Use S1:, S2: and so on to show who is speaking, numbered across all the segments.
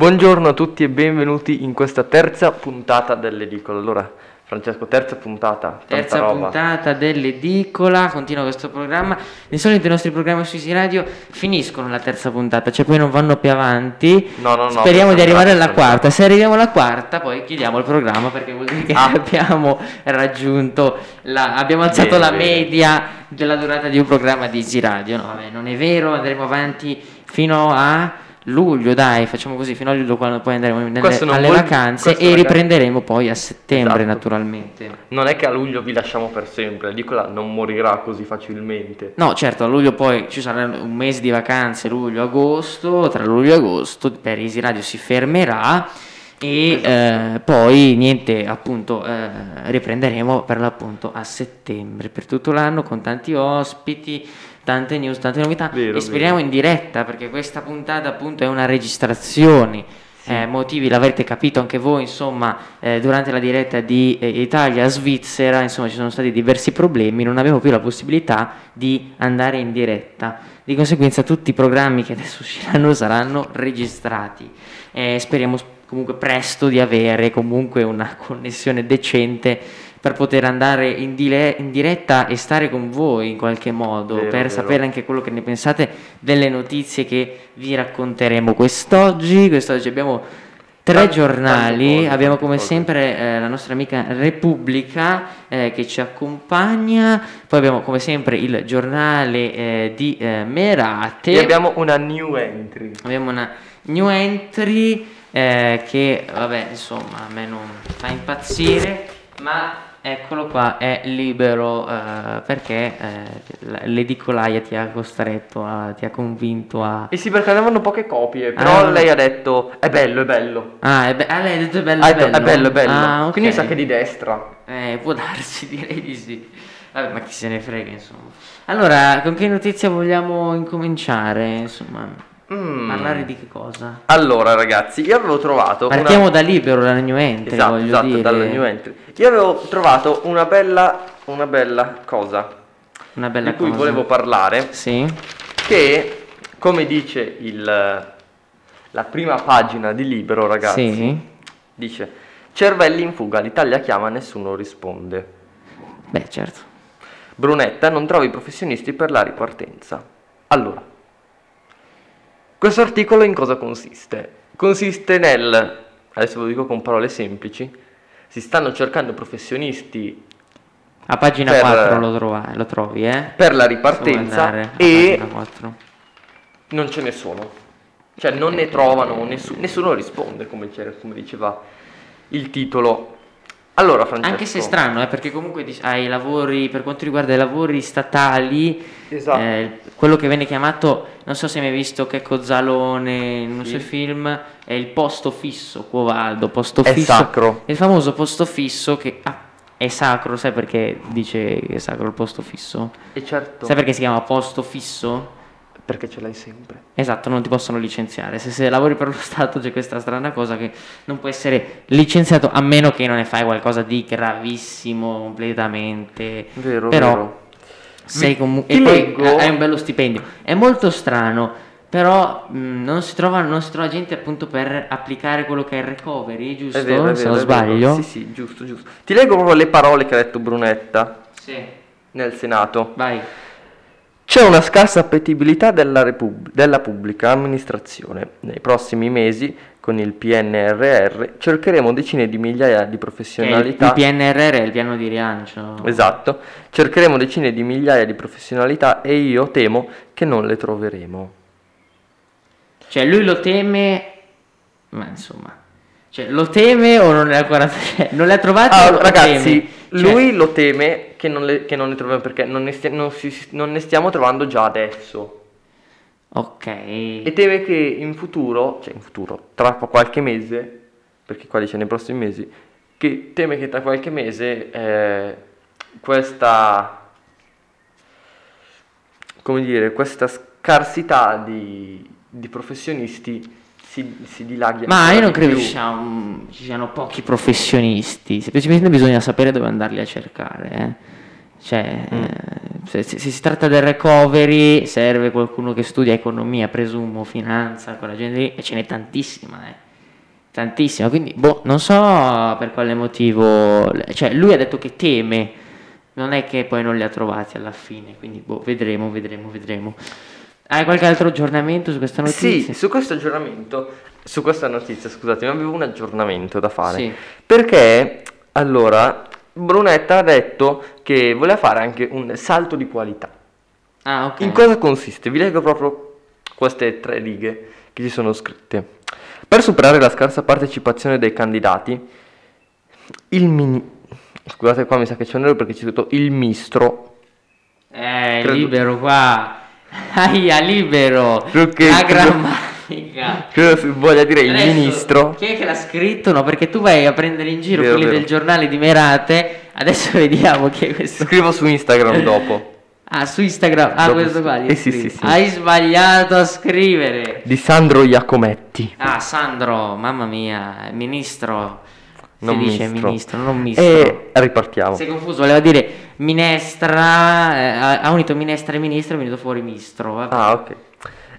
S1: Buongiorno a tutti e benvenuti in questa terza puntata dell'edicola. Allora, Francesco, terza puntata. tanta
S2: Terza
S1: roba.
S2: puntata dell'edicola, continua questo programma. Di solito i nostri programmi su Easy Radio finiscono la terza puntata, cioè poi non vanno più avanti.
S1: No, no, no.
S2: Speriamo di
S1: questa è
S2: arrivare alla
S1: un'altra
S2: quarta. Se arriviamo alla quarta, poi chiudiamo il programma perché vuol dire che
S1: Ah.
S2: abbiamo raggiunto la, abbiamo alzato
S1: Bene,
S2: la
S1: bene.
S2: media della durata di un programma di Easy Radio. No, vabbè, non è vero, andremo avanti fino a luglio, dai, facciamo così fino a luglio quando poi andremo nelle-
S1: Questo non
S2: alle
S1: vuol-
S2: vacanze
S1: questo,
S2: e
S1: ragazzi-
S2: riprenderemo poi a settembre
S1: Esatto.
S2: naturalmente.
S1: Non è che a luglio vi lasciamo per sempre, l'edicola non morirà così facilmente.
S2: No, certo, a luglio poi ci sarà un mese di vacanze, luglio-agosto, tra luglio e agosto per Easy Radio si fermerà e
S1: Esatto.
S2: eh, poi niente, appunto, eh, riprenderemo per l'appunto a settembre, per tutto l'anno con tanti ospiti, tante news, tante novità
S1: Vero,
S2: e speriamo
S1: vero.
S2: in diretta perché questa puntata appunto è una registrazione. Eh, motivi l'avrete capito anche voi, insomma, eh, durante la diretta di eh, Italia-Svizzera, insomma, ci sono stati diversi problemi, non abbiamo più la possibilità di andare in diretta. Di conseguenza tutti i programmi che adesso usciranno saranno registrati. Eh, speriamo s- comunque presto di avere comunque una connessione decente per poter andare in, dile- in diretta e stare con voi in qualche modo,
S1: Vero,
S2: per
S1: vero.
S2: sapere anche quello che ne pensate delle notizie che vi racconteremo quest'oggi. Quest'oggi abbiamo tre
S1: Tante-
S2: giornali,
S1: tante cose,
S2: abbiamo
S1: tante
S2: come
S1: cose.
S2: sempre eh, la nostra amica Repubblica eh, che ci accompagna, poi abbiamo come sempre il giornale eh, di eh, Merate.
S1: E abbiamo una new entry.
S2: Abbiamo una new entry eh, che, vabbè, insomma, a me non fa impazzire, ma eccolo qua, è libero eh, perché eh, l- l'edicolaia ti ha costretto, a- ti ha convinto a...
S1: E sì, perché avevano poche copie, però
S2: Ah.
S1: lei ha detto è bello, è bello.
S2: Ah, è be- ah, lei ha detto è bello,
S1: Ha
S2: è
S1: detto,
S2: bello.
S1: è bello, è bello.
S2: Ah, ok.
S1: Quindi mi sa che di destra.
S2: Eh, può darsi, direi di sì. Vabbè, ma chi se ne frega, insomma. Allora, con che notizia vogliamo incominciare, insomma?
S1: Mm.
S2: Parlare di che cosa?
S1: Allora ragazzi, io avevo trovato... una-
S2: Partiamo da libero, dalla new entry,
S1: Esatto,
S2: voglio
S1: esatto,
S2: dire.
S1: dalla new entry. Io avevo trovato una bella, una bella cosa
S2: Una bella
S1: di cui
S2: cosa.
S1: volevo parlare.
S2: Sì.
S1: Che, come dice il, la prima pagina di Libero, ragazzi,
S2: Sì.
S1: dice Cervelli in fuga, l'Italia chiama, nessuno risponde.
S2: Beh, certo.
S1: Brunetta non trova i professionisti per la ripartenza. Allora, questo articolo in cosa consiste? Consiste nel, adesso ve lo dico con parole semplici, si stanno cercando professionisti
S2: A pagina
S1: Per-
S2: 4 lo, trova- lo trovi, eh?
S1: per la
S2: Possiamo andare
S1: ripartenza
S2: a
S1: e
S2: pagina 4.
S1: non ce ne sono. Cioè non ne trovano, nessu- nessuno risponde come, c'era- come diceva il titolo. Allora Francesco.
S2: Anche se è strano, eh, perché comunque dic- ai lavori, per quanto riguarda i lavori statali,
S1: Esatto.
S2: eh, quello che viene chiamato, non so se hai mai visto che Cozzalone in un
S1: Sì.
S2: suo film, è il posto fisso, Cuovaldo, posto
S1: È
S2: fisso.
S1: sacro.
S2: Il famoso posto fisso che ah, è sacro, sai perché dice che è sacro il posto fisso?
S1: E certo,
S2: Sai perché si chiama posto fisso?
S1: perché ce l'hai sempre.
S2: Esatto, non ti possono licenziare. Se, se lavori per lo Stato c'è questa strana cosa che non puoi essere licenziato a meno che non ne fai qualcosa di gravissimo completamente.
S1: Vero,
S2: Però
S1: vero.
S2: sei
S1: Mi-
S2: comunque...
S1: ti
S2: E poi
S1: leggo-
S2: hai un bello stipendio. È molto strano, però mh, non, si trova, non si trova gente appunto per applicare quello che è il recovery, giusto?
S1: È vero, è
S2: se
S1: vero,
S2: non
S1: è vero.
S2: sbaglio.
S1: Sì, sì, giusto, giusto. Ti leggo proprio le parole che ha detto Brunetta
S2: Sì,
S1: nel Senato.
S2: vai.
S1: C'è una scarsa appetibilità della, repub- della pubblica amministrazione. Nei prossimi mesi, con il PNRR, cercheremo decine di migliaia di
S2: Che è il, il
S1: professionalità.
S2: PNRR è il piano di rilancio.
S1: Esatto, cercheremo decine di migliaia di professionalità e io temo che non le troveremo.
S2: Cioè, lui lo teme, ma insomma, cioè, lo teme o non le ha ancora cioè, non le ha trovate? o
S1: Ah,
S2: lo
S1: ragazzi,
S2: teme? Cioè,
S1: lui lo teme che non le, che non le troviamo perché non ne, stia- non si- non ne stiamo trovando già adesso.
S2: ok,
S1: E teme che in futuro, cioè in futuro, tra qualche mese, perché qua dice nei prossimi mesi, che teme che tra qualche mese eh, questa, come dire, questa scarsità di, di professionisti si, si dilaghi.
S2: ma
S1: ancora
S2: io non
S1: di
S2: credo
S1: più.
S2: ci sia un- ci siano pochi professionisti. Semplicemente bisogna sapere dove andarli a cercare. eh. Cioè,
S1: Mm.
S2: eh, se, se- se si tratta del recovery, serve qualcuno che studia economia, presumo, finanza, quella gente lì, e ce n'è tantissima, eh. Tantissimo, quindi boh, non so per quale motivo, cioè lui ha detto che teme, non è che poi non li ha trovati alla fine, quindi boh, vedremo, vedremo, vedremo. Hai qualche altro aggiornamento su questa
S1: Sì,
S2: notizia?
S1: su questo aggiornamento, su questa notizia, scusatemi, avevo un aggiornamento da fare.
S2: Sì.
S1: Perché, allora, Brunetta ha detto che voleva fare anche un salto di qualità.
S2: Ah, ok.
S1: In cosa consiste? Vi leggo proprio queste tre righe che ci sono scritte. Per superare la scarsa partecipazione dei candidati, il mini... Scusate qua mi sa che c'è un errore perché c'è tutto il mistro.
S2: Eh,
S1: Credo-
S2: libero qua. Aia, libero.
S1: Credo che-
S2: La grammatica.
S1: Credo si voglia dire il
S2: Adesso,
S1: ministro.
S2: Chi è che l'ha scritto? No, perché tu vai a prendere in giro
S1: Vero,
S2: quelli
S1: vero.
S2: del giornale di Merate. Adesso vediamo chi è questo.
S1: Scrivo su Instagram dopo.
S2: Ah, su Instagram. Ah,
S1: Dopo
S2: questo
S1: sì.
S2: qua. gli
S1: Eh, sì,
S2: scrivi.
S1: sì, sì.
S2: Hai sbagliato a scrivere.
S1: Di Sandro Iacometti.
S2: Ah, Sandro, mamma mia, ministro. Si
S1: Non
S2: dice
S1: ministro. Eh,
S2: ministro, non ministro.
S1: E ripartiamo.
S2: Sei confuso, voleva dire minestra, eh, ha ha unito minestra e ministro, è venuto fuori mistro. vabbè.
S1: Ah, ok.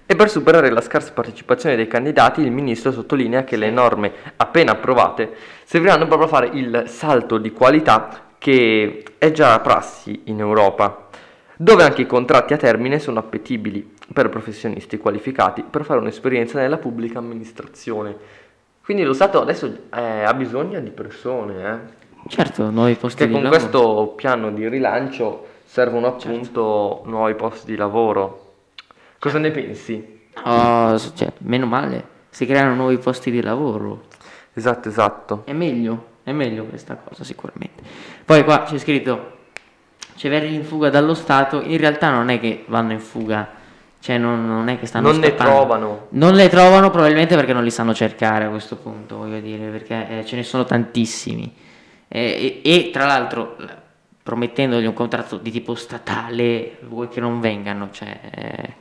S1: E per superare la scarsa partecipazione dei candidati, il ministro sottolinea che le norme appena approvate serviranno proprio a fare il salto di qualità che è già prassi in Europa, dove anche i contratti a termine sono appetibili per professionisti qualificati per fare un'esperienza nella pubblica amministrazione. Quindi lo Stato adesso eh, ha bisogno di persone, eh.
S2: Certo, nuovi posti
S1: Perché
S2: di
S1: con
S2: lavoro.
S1: questo piano di rilancio servono appunto nuovi posti di lavoro. Cosa ne pensi?
S2: Oh, s- cioè, meno male, si creano nuovi posti di lavoro.
S1: Esatto, esatto.
S2: È meglio, è meglio questa cosa sicuramente. Poi qua c'è scritto Ceverri in fuga dallo Stato, in realtà non è che vanno in fuga, cioè non, non è che stanno
S1: non ne
S2: scappando.
S1: trovano.
S2: Non le trovano probabilmente perché non li sanno cercare a questo punto, voglio dire, perché eh, ce ne sono tantissimi. Eh, e, e, tra l'altro l- promettendogli un contratto di tipo statale, vuoi che non vengano, cioè eh,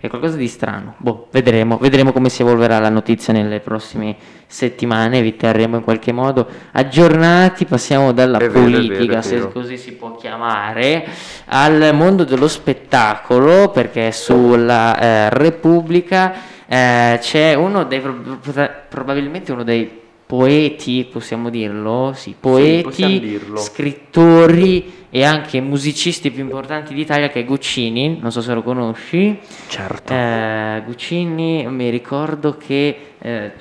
S2: è qualcosa di strano. Boh, vedremo, vedremo come si evolverà la notizia nelle prossime settimane, vi terremo in qualche modo aggiornati, passiamo dalla
S1: È vero, è vero, è
S2: politica, se
S1: vero.
S2: così si può chiamare, al mondo dello spettacolo, perché sulla eh, Repubblica eh, c'è uno dei, pro- pro- probabilmente uno dei poeti, possiamo dirlo, sì, poeti,
S1: possiamo dirlo.
S2: scrittori e anche musicisti più importanti d'Italia che è Guccini, non so se lo conosci.
S1: Certo.
S2: Eh, Guccini, mi ricordo che eh,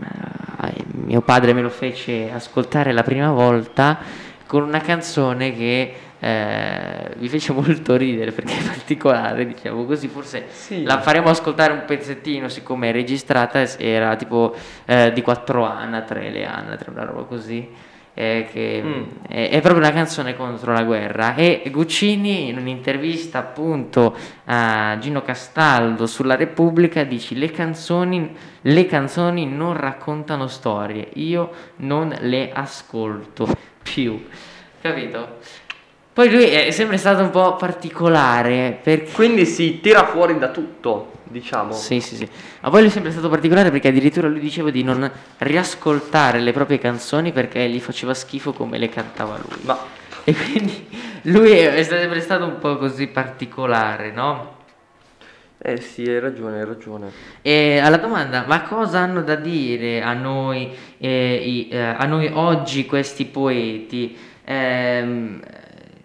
S2: eh, mio padre me lo fece ascoltare la prima volta con una canzone che eh, mi fece molto ridere perché è particolare, diciamo così, forse
S1: Sì.
S2: la faremo ascoltare un pezzettino siccome è registrata, es- era tipo eh, di 4 anatre, le anatre, una roba così. eh, che
S1: Mm.
S2: è, è proprio una canzone contro la guerra e Guccini in un'intervista appunto a Gino Castaldo sulla Repubblica dici le canzoni, le canzoni non raccontano storie io non le ascolto più capito? poi lui è sempre stato un po' particolare perché
S1: Quindi si tira fuori da tutto, diciamo.
S2: sì, sì, sì. Ma poi lui è sempre stato particolare perché addirittura lui diceva di non riascoltare le proprie canzoni perché gli faceva schifo come le cantava lui.
S1: Ma
S2: E quindi lui è è sempre stato un po' così particolare, no?
S1: eh sì, hai ragione, hai ragione.
S2: E alla domanda, ma cosa hanno da dire a noi, eh, i- eh, a noi oggi questi poeti? Ehm,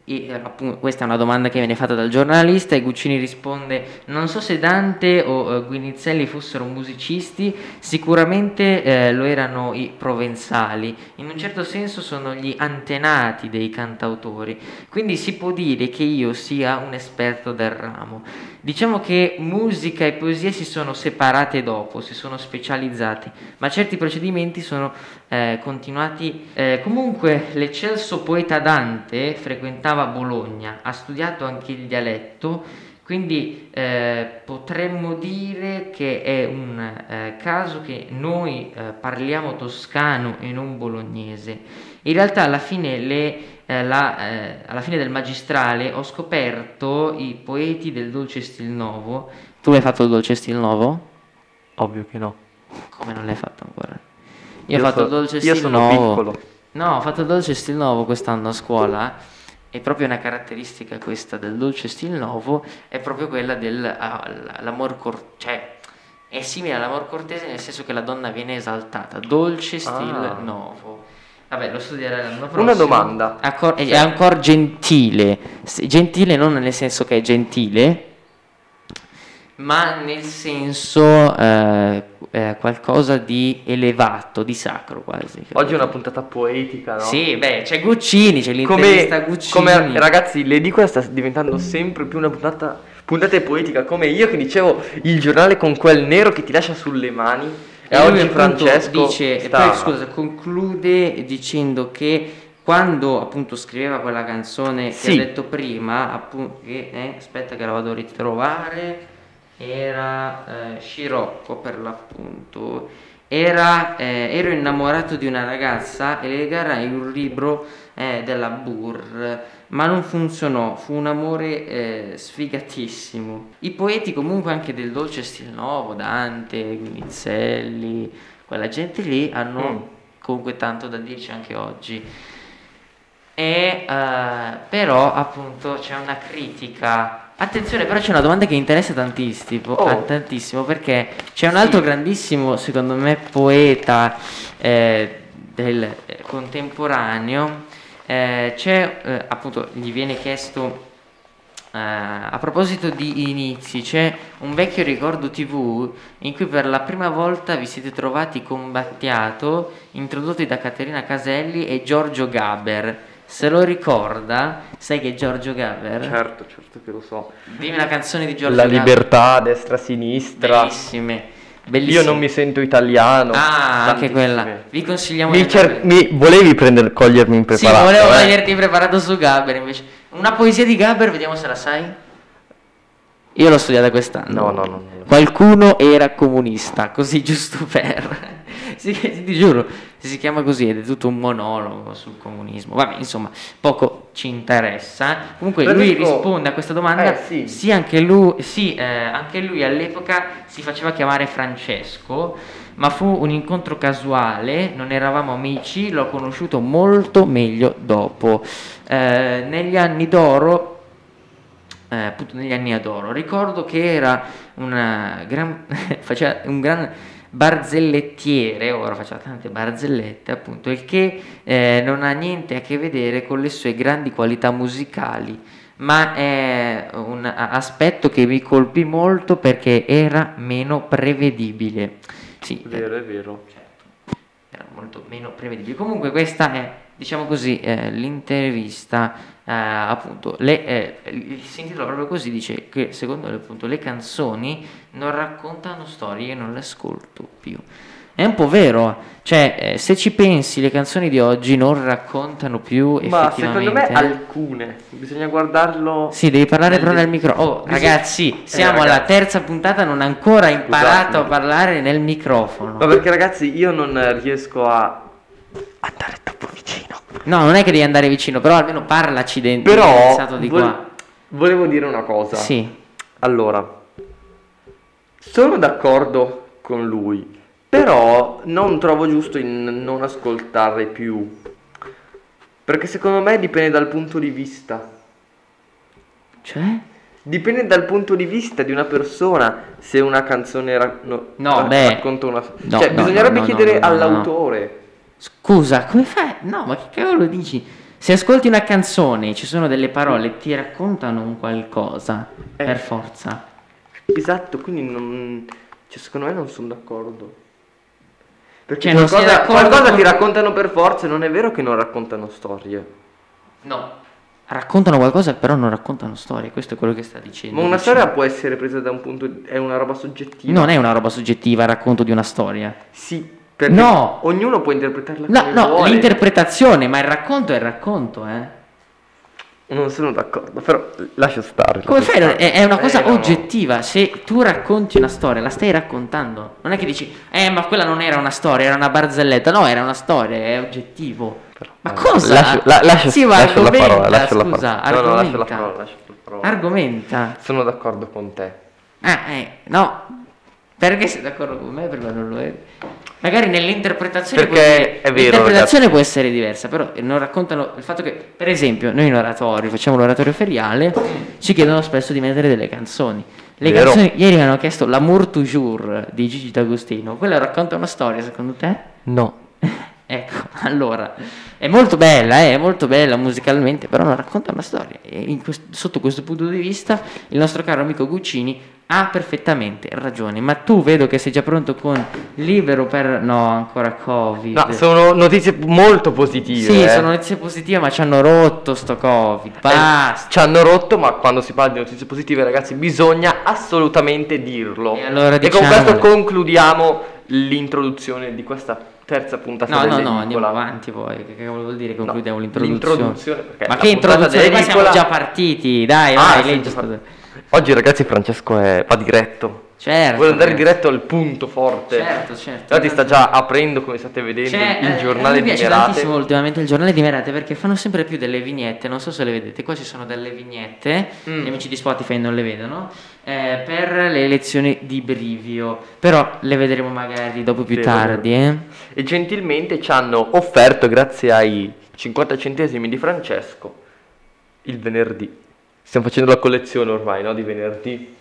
S2: e, eh, appunto, questa è una domanda che viene fatta dal giornalista e Guccini risponde, non so se Dante o eh, Guinizelli fossero musicisti, sicuramente eh, lo erano i provenzali, in un certo senso sono gli antenati dei cantautori, quindi si può dire che io sia un esperto del ramo. Diciamo che musica e poesia si sono separate dopo, si sono specializzate, ma certi procedimenti sono eh, continuati. Eh, comunque, l'eccelso poeta Dante frequentava Bologna, ha studiato anche il dialetto, quindi eh, potremmo dire che è un eh, caso che noi eh, parliamo toscano e non bolognese. In realtà alla fine, le- eh, la- eh, alla fine del magistrale ho scoperto i poeti del dolce stil nuovo. Tu l'hai fatto il dolce stil nuovo?
S1: Ovvio che no.
S2: Come non l'hai fatto ancora? Io, ho fatto il dolce stil
S1: Io sono
S2: nuovo.
S1: piccolo.
S2: No, ho fatto il dolce stil nuovo quest'anno a scuola. E proprio una caratteristica questa del dolce stil nuovo è proprio quella dell'amor ah, cor- cioè è simile all'amor cortese nel senso che la donna viene esaltata, dolce stil
S1: Ah.
S2: nuovo. Vabbè, lo studierai l'anno prossimo.
S1: Una domanda.
S2: Accor- è, è ancora gentile, S- gentile non nel senso che è gentile, ma nel senso eh, eh, qualcosa di elevato, di sacro quasi.
S1: Oggi è una puntata poetica, no?
S2: Sì, beh, c'è Guccini, c'è
S1: Come,
S2: l'intervista Guccini.
S1: come, ragazzi, l'edicola sta diventando sempre più una puntata, puntata poetica, come io che dicevo il giornale con quel nero che ti lascia sulle mani. E,
S2: E
S1: oggi
S2: lui, appunto,
S1: Francesco
S2: dice, e
S1: sta-
S2: poi scusa, conclude dicendo che quando appunto scriveva quella canzone
S1: Sì.
S2: che ho detto prima, appunto, che, eh, aspetta che la vado a ritrovare, era eh, Scirocco per l'appunto, era, eh, ero innamorato di una ragazza e le garai un libro eh, della Burr, ma non funzionò, fu un amore eh, sfigatissimo. I poeti comunque anche del dolce stil nuovo, Dante, Guinizelli, quella gente lì hanno
S1: Mm.
S2: comunque tanto da dirci anche oggi. E, eh, però appunto c'è una critica. Attenzione, però c'è una domanda che interessa tantissimo,
S1: Oh.
S2: a tantissimo perché c'è un altro grandissimo, secondo me, poeta eh, del eh, contemporaneo. Eh, c'è eh, appunto, gli viene chiesto eh, a proposito di inizi, c'è un vecchio ricordo TV in cui per la prima volta vi siete trovati combattiato, introdotti da Caterina Caselli e Giorgio Gaber. Se lo ricorda, sai che è Giorgio Gaber?
S1: Certo, certo che lo so.
S2: Dimmi la canzone di Giorgio
S1: La
S2: Gaber.
S1: libertà, destra-sinistra.
S2: Bellissime, bellissime.
S1: Io non mi sento italiano.
S2: Ah, anche
S1: Tantissime.
S2: quella. Vi consigliamo
S1: Mi
S2: di
S1: cer-
S2: andare-
S1: mi- volevi prendere, cogliermi
S2: Sì,
S1: impreparato.
S2: volevo
S1: eh?
S2: toglierti preparato su Gaber invece. Una poesia di Gaber, vediamo se la sai. Io l'ho studiata quest'anno.
S1: No, no, no, no.
S2: Qualcuno era comunista, così giusto per. Sì, ti giuro, si chiama così ed è tutto un monologo sul comunismo. Vabbè, insomma, poco ci interessa. Comunque lui
S1: Federico-
S2: risponde a questa domanda.
S1: Eh, sì.
S2: anche lui, sì, eh, anche lui all'epoca si faceva chiamare Francesco, ma fu un incontro casuale, non eravamo amici, l'ho conosciuto molto meglio dopo. Eh, negli anni d'oro eh, appunto negli anni d'oro. Ricordo che era una gran, faceva un gran barzellettiere, ora faceva tante barzellette appunto, il che eh, non ha niente a che vedere con le sue grandi qualità musicali, ma è un a- aspetto che mi colpì molto perché era meno prevedibile. Sì, eh,
S1: Vero, è vero.
S2: Certo. era molto meno prevedibile. Comunque questa è, diciamo così, eh, l'intervista, eh, appunto, le, eh, il- si intitola proprio così, dice che secondo lui appunto le canzoni non raccontano storie, io non le ascolto più. È un po' vero, cioè eh, se ci pensi le canzoni di oggi non raccontano più
S1: Ma
S2: effettivamente. eh?
S1: secondo me alcune. Bisogna guardarlo.
S2: Sì, devi parlare però
S1: Nel-
S2: nel microfono. Oh,
S1: Bisogna-
S2: ragazzi,
S1: Eh,
S2: siamo alla
S1: ragazzi. Esatto.
S2: terza puntata, non ho ancora imparato
S1: Scusatemi.
S2: a parlare nel microfono.
S1: Ma perché ragazzi io non riesco a andare troppo vicino.
S2: No, non è che devi andare vicino, però almeno parlaci dentro.
S1: Però
S2: pensato di
S1: vol-
S2: qua.
S1: volevo dire una cosa.
S2: Sì.
S1: Allora, sono d'accordo con lui, però non trovo giusto il n- non ascoltare più. Perché secondo me dipende dal punto di vista.
S2: Cioè?
S1: Dipende dal punto di vista di una persona se una canzone ra- no-
S2: No,
S1: ra-
S2: beh.
S1: racconta una...
S2: No,
S1: cioè,
S2: no,
S1: bisognerebbe
S2: no, no,
S1: chiedere
S2: no, no, no, no.
S1: all'autore.
S2: Scusa, come fai? No, ma che cavolo dici? Se ascolti una canzone, ci sono delle parole, ti raccontano un qualcosa,
S1: Eh.
S2: per forza.
S1: Esatto, quindi non... Cioè, secondo me non sono d'accordo. Perché
S2: Cioè, non sei
S1: qualcosa,
S2: d'accordo
S1: qualcosa
S2: con-
S1: ti raccontano per forza, non è vero che non raccontano storie.
S2: No. Raccontano qualcosa, però non raccontano storie, questo è quello che sta dicendo.
S1: Ma una
S2: dici.
S1: storia può essere presa da un punto... è una roba soggettiva.
S2: Non è una roba soggettiva, il racconto di una storia.
S1: Sì, perché
S2: No.
S1: ognuno può interpretarla
S2: No,
S1: come
S2: no,
S1: vuole.
S2: l'interpretazione, ma il racconto è il racconto, eh.
S1: Non sono d'accordo, però lascia stare.
S2: Come
S1: lascia
S2: fai?
S1: stare.
S2: È, è una cosa
S1: Eh, no, no.
S2: oggettiva. Se tu racconti una storia, la stai raccontando. Non è che dici, eh, ma quella non era una storia, era una barzelletta. No, era una storia, è oggettivo.
S1: Però-
S2: ma
S1: eh,
S2: cosa?
S3: lascio- la- lascia-
S2: sì, ma
S3: lascio la parola,
S2: argomenta,
S3: lascio la
S2: scusa,
S1: No, no,
S2: argomenta.
S1: lascia la parola, lascia la parola.
S2: Argomenta.
S1: Sono d'accordo con te.
S2: Ah, eh, no. Perché sei d'accordo con me? Perché non lo è. Magari nell'interpretazione può
S1: Perché
S2: essere-
S1: è vero,
S2: l'interpretazione può essere diversa, però eh, non raccontano il fatto che, per esempio, noi in oratorio facciamo l'oratorio feriale, ci chiedono spesso di mettere delle canzoni. Le
S1: Vero.
S2: canzoni, ieri mi hanno chiesto L'amour toujours di Gigi D'Agostino, quella racconta una storia, secondo te?
S1: No.
S2: Ecco, allora, è molto bella, eh, è molto bella musicalmente, però non racconta una storia. E in quest- sotto questo punto di vista, il nostro caro amico Guccini ha perfettamente ragione. Ma tu vedo che sei già pronto con libero per... No, ancora Covid.
S1: No, sono notizie molto positive.
S2: sì,
S1: eh.
S2: sono notizie positive, ma ci hanno rotto sto Covid. Basta.
S1: Eh, ci hanno rotto, ma quando si parla di notizie positive, ragazzi, bisogna assolutamente dirlo.
S2: E allora
S1: con
S2: diciamole.
S1: questo concludiamo l'introduzione di questa terza puntata
S2: No, no, no,
S1: dell'edicola.
S2: andiamo avanti poi. Che cavolo vuol dire? Concludiamo
S1: No,
S2: l'introduzione.
S1: l'introduzione, perché
S2: ma
S1: la
S2: che
S1: puntata
S2: introduzione? Qua siamo
S1: dell'edicola-
S2: già partiti. Dai,
S1: Ah,
S2: vai,
S1: sì,
S2: leggi.
S1: già
S2: sto-
S1: partiti. Oggi, ragazzi, Francesco è- va diretto.
S2: Certo.
S1: Vuole andare
S2: ragazzi.
S1: diretto al punto forte.
S2: Certo, certo.
S1: Infatti sta già aprendo, come state vedendo,
S2: C'è,
S1: il
S2: eh,
S1: giornale
S2: a me
S1: di
S2: piace
S1: Merate.
S2: tantissimo ultimamente il giornale di Merate perché fanno sempre più delle vignette, non so se le vedete, qua ci sono delle vignette,
S1: Mm.
S2: gli amici di Spotify non le vedono, eh, per le elezioni di Brivio, però le vedremo magari dopo più
S1: Sì,
S2: tardi. Eh.
S1: E gentilmente ci hanno offerto, grazie ai 50 centesimi di Francesco, il venerdì. Stiamo facendo la collezione ormai, no? Di venerdì.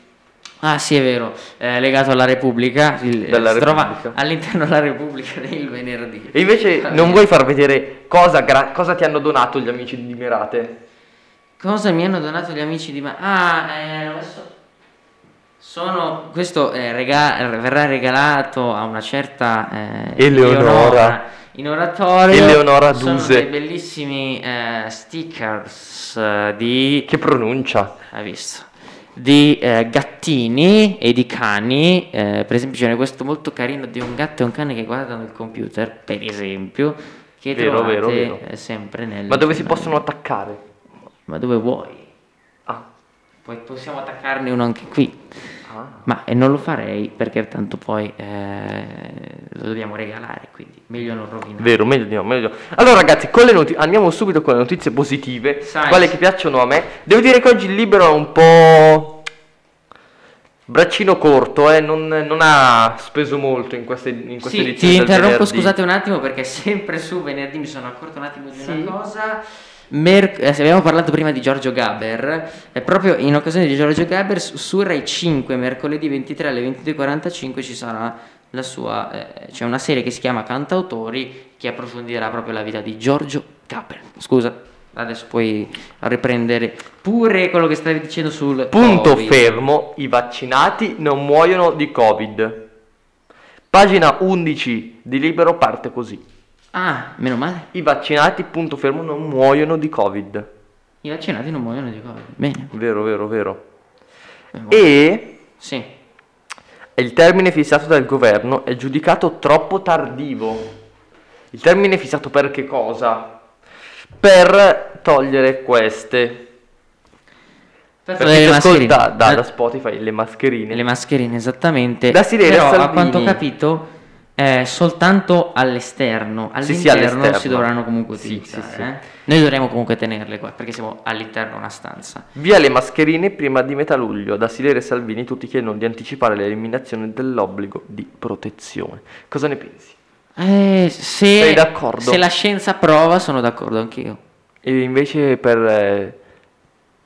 S2: Ah sì è vero, eh, legato alla Repubblica, il- eh,
S1: Della
S2: si
S1: Repubblica.
S2: trova all'interno della Repubblica il venerdì.
S1: E invece non vuoi far vedere cosa, gra- cosa ti hanno donato gli amici di Merate?
S2: Cosa mi hanno donato gli amici di Ma? Ah, eh, adesso sono questo eh, rega- verrà regalato a una certa eh,
S1: Eleonora.
S2: in oratorio.
S1: Eleonora
S2: sono
S1: Duse.
S2: dei bellissimi eh, stickers eh, di
S1: Che pronuncia?
S2: hai visto? Di eh, gattini e di cani, eh, per esempio ce n'è questo molto carino di un gatto e un cane che guardano il computer, per esempio, che
S1: Vero,
S2: trovate
S1: vero, vero.
S2: eh, sempre nel
S1: Ma dove si
S2: giornale.
S1: possono attaccare?
S2: Ma dove vuoi?
S1: Ah,
S2: Poi possiamo attaccarne uno anche qui.
S1: ah.
S2: Ma eh, non lo farei perché tanto poi eh, lo dobbiamo regalare, quindi meglio non rovinare.
S1: Vero, meglio di no, meglio di no. Allora ragazzi, con le noti- andiamo subito con le notizie positive,
S2: Sai.
S1: quelle che piacciono a me. Devo dire che oggi il libero è un po'... braccino corto, eh, non, non ha speso molto in queste, in queste
S2: Sì,
S1: edizioni
S2: ti
S1: del
S2: interrompo,
S1: venerdì.
S2: scusate un attimo perché sempre su venerdì mi sono accorto un attimo di
S1: Sì.
S2: una cosa. Merc- eh, se abbiamo parlato prima di Giorgio Gaber, eh, proprio in occasione di Giorgio Gaber su, su Rai 5 mercoledì 23 alle 22.45 ci sarà la sua, eh, c'è una serie che si chiama Cantautori che approfondirà proprio la vita di Giorgio Gaber. Scusa, adesso puoi riprendere pure quello che stavi dicendo sul
S1: Punto
S2: Covid.
S1: fermo, i vaccinati non muoiono di Covid. Pagina 11 di Libero parte così.
S2: Ah, meno male.
S1: I vaccinati, punto fermo, non muoiono di Covid.
S2: I vaccinati non muoiono di Covid. Bene.
S1: Vero, vero, vero.
S2: Bene.
S1: E...
S2: Sì.
S1: Il termine fissato dal governo è giudicato troppo tardivo. Il termine fissato per che cosa? Per togliere queste.
S2: Per
S1: Perché
S2: togliere
S1: si
S2: le mascherine.
S1: ascolta da, da
S2: Eh,
S1: Spotify le mascherine.
S2: le mascherine esattamente.
S1: Da Sirene a
S2: Però a
S1: Salvini.
S2: quanto ho capito è soltanto all'esterno, all'interno
S1: Sì,
S2: si,
S1: sì, all'esterno.
S2: dovranno comunque
S1: Sì,
S2: utilizzare.
S1: sì, sì.
S2: eh. Noi dovremo comunque tenerle qua perché siamo all'interno di una stanza.
S1: Via le mascherine prima di metà luglio. Da Silere e Salvini tutti chiedono di anticipare l'eliminazione dell'obbligo di protezione. Cosa ne pensi?
S2: Eh, se,
S1: Sei d'accordo?
S2: se la scienza prova sono d'accordo anch'io.
S1: E invece per eh,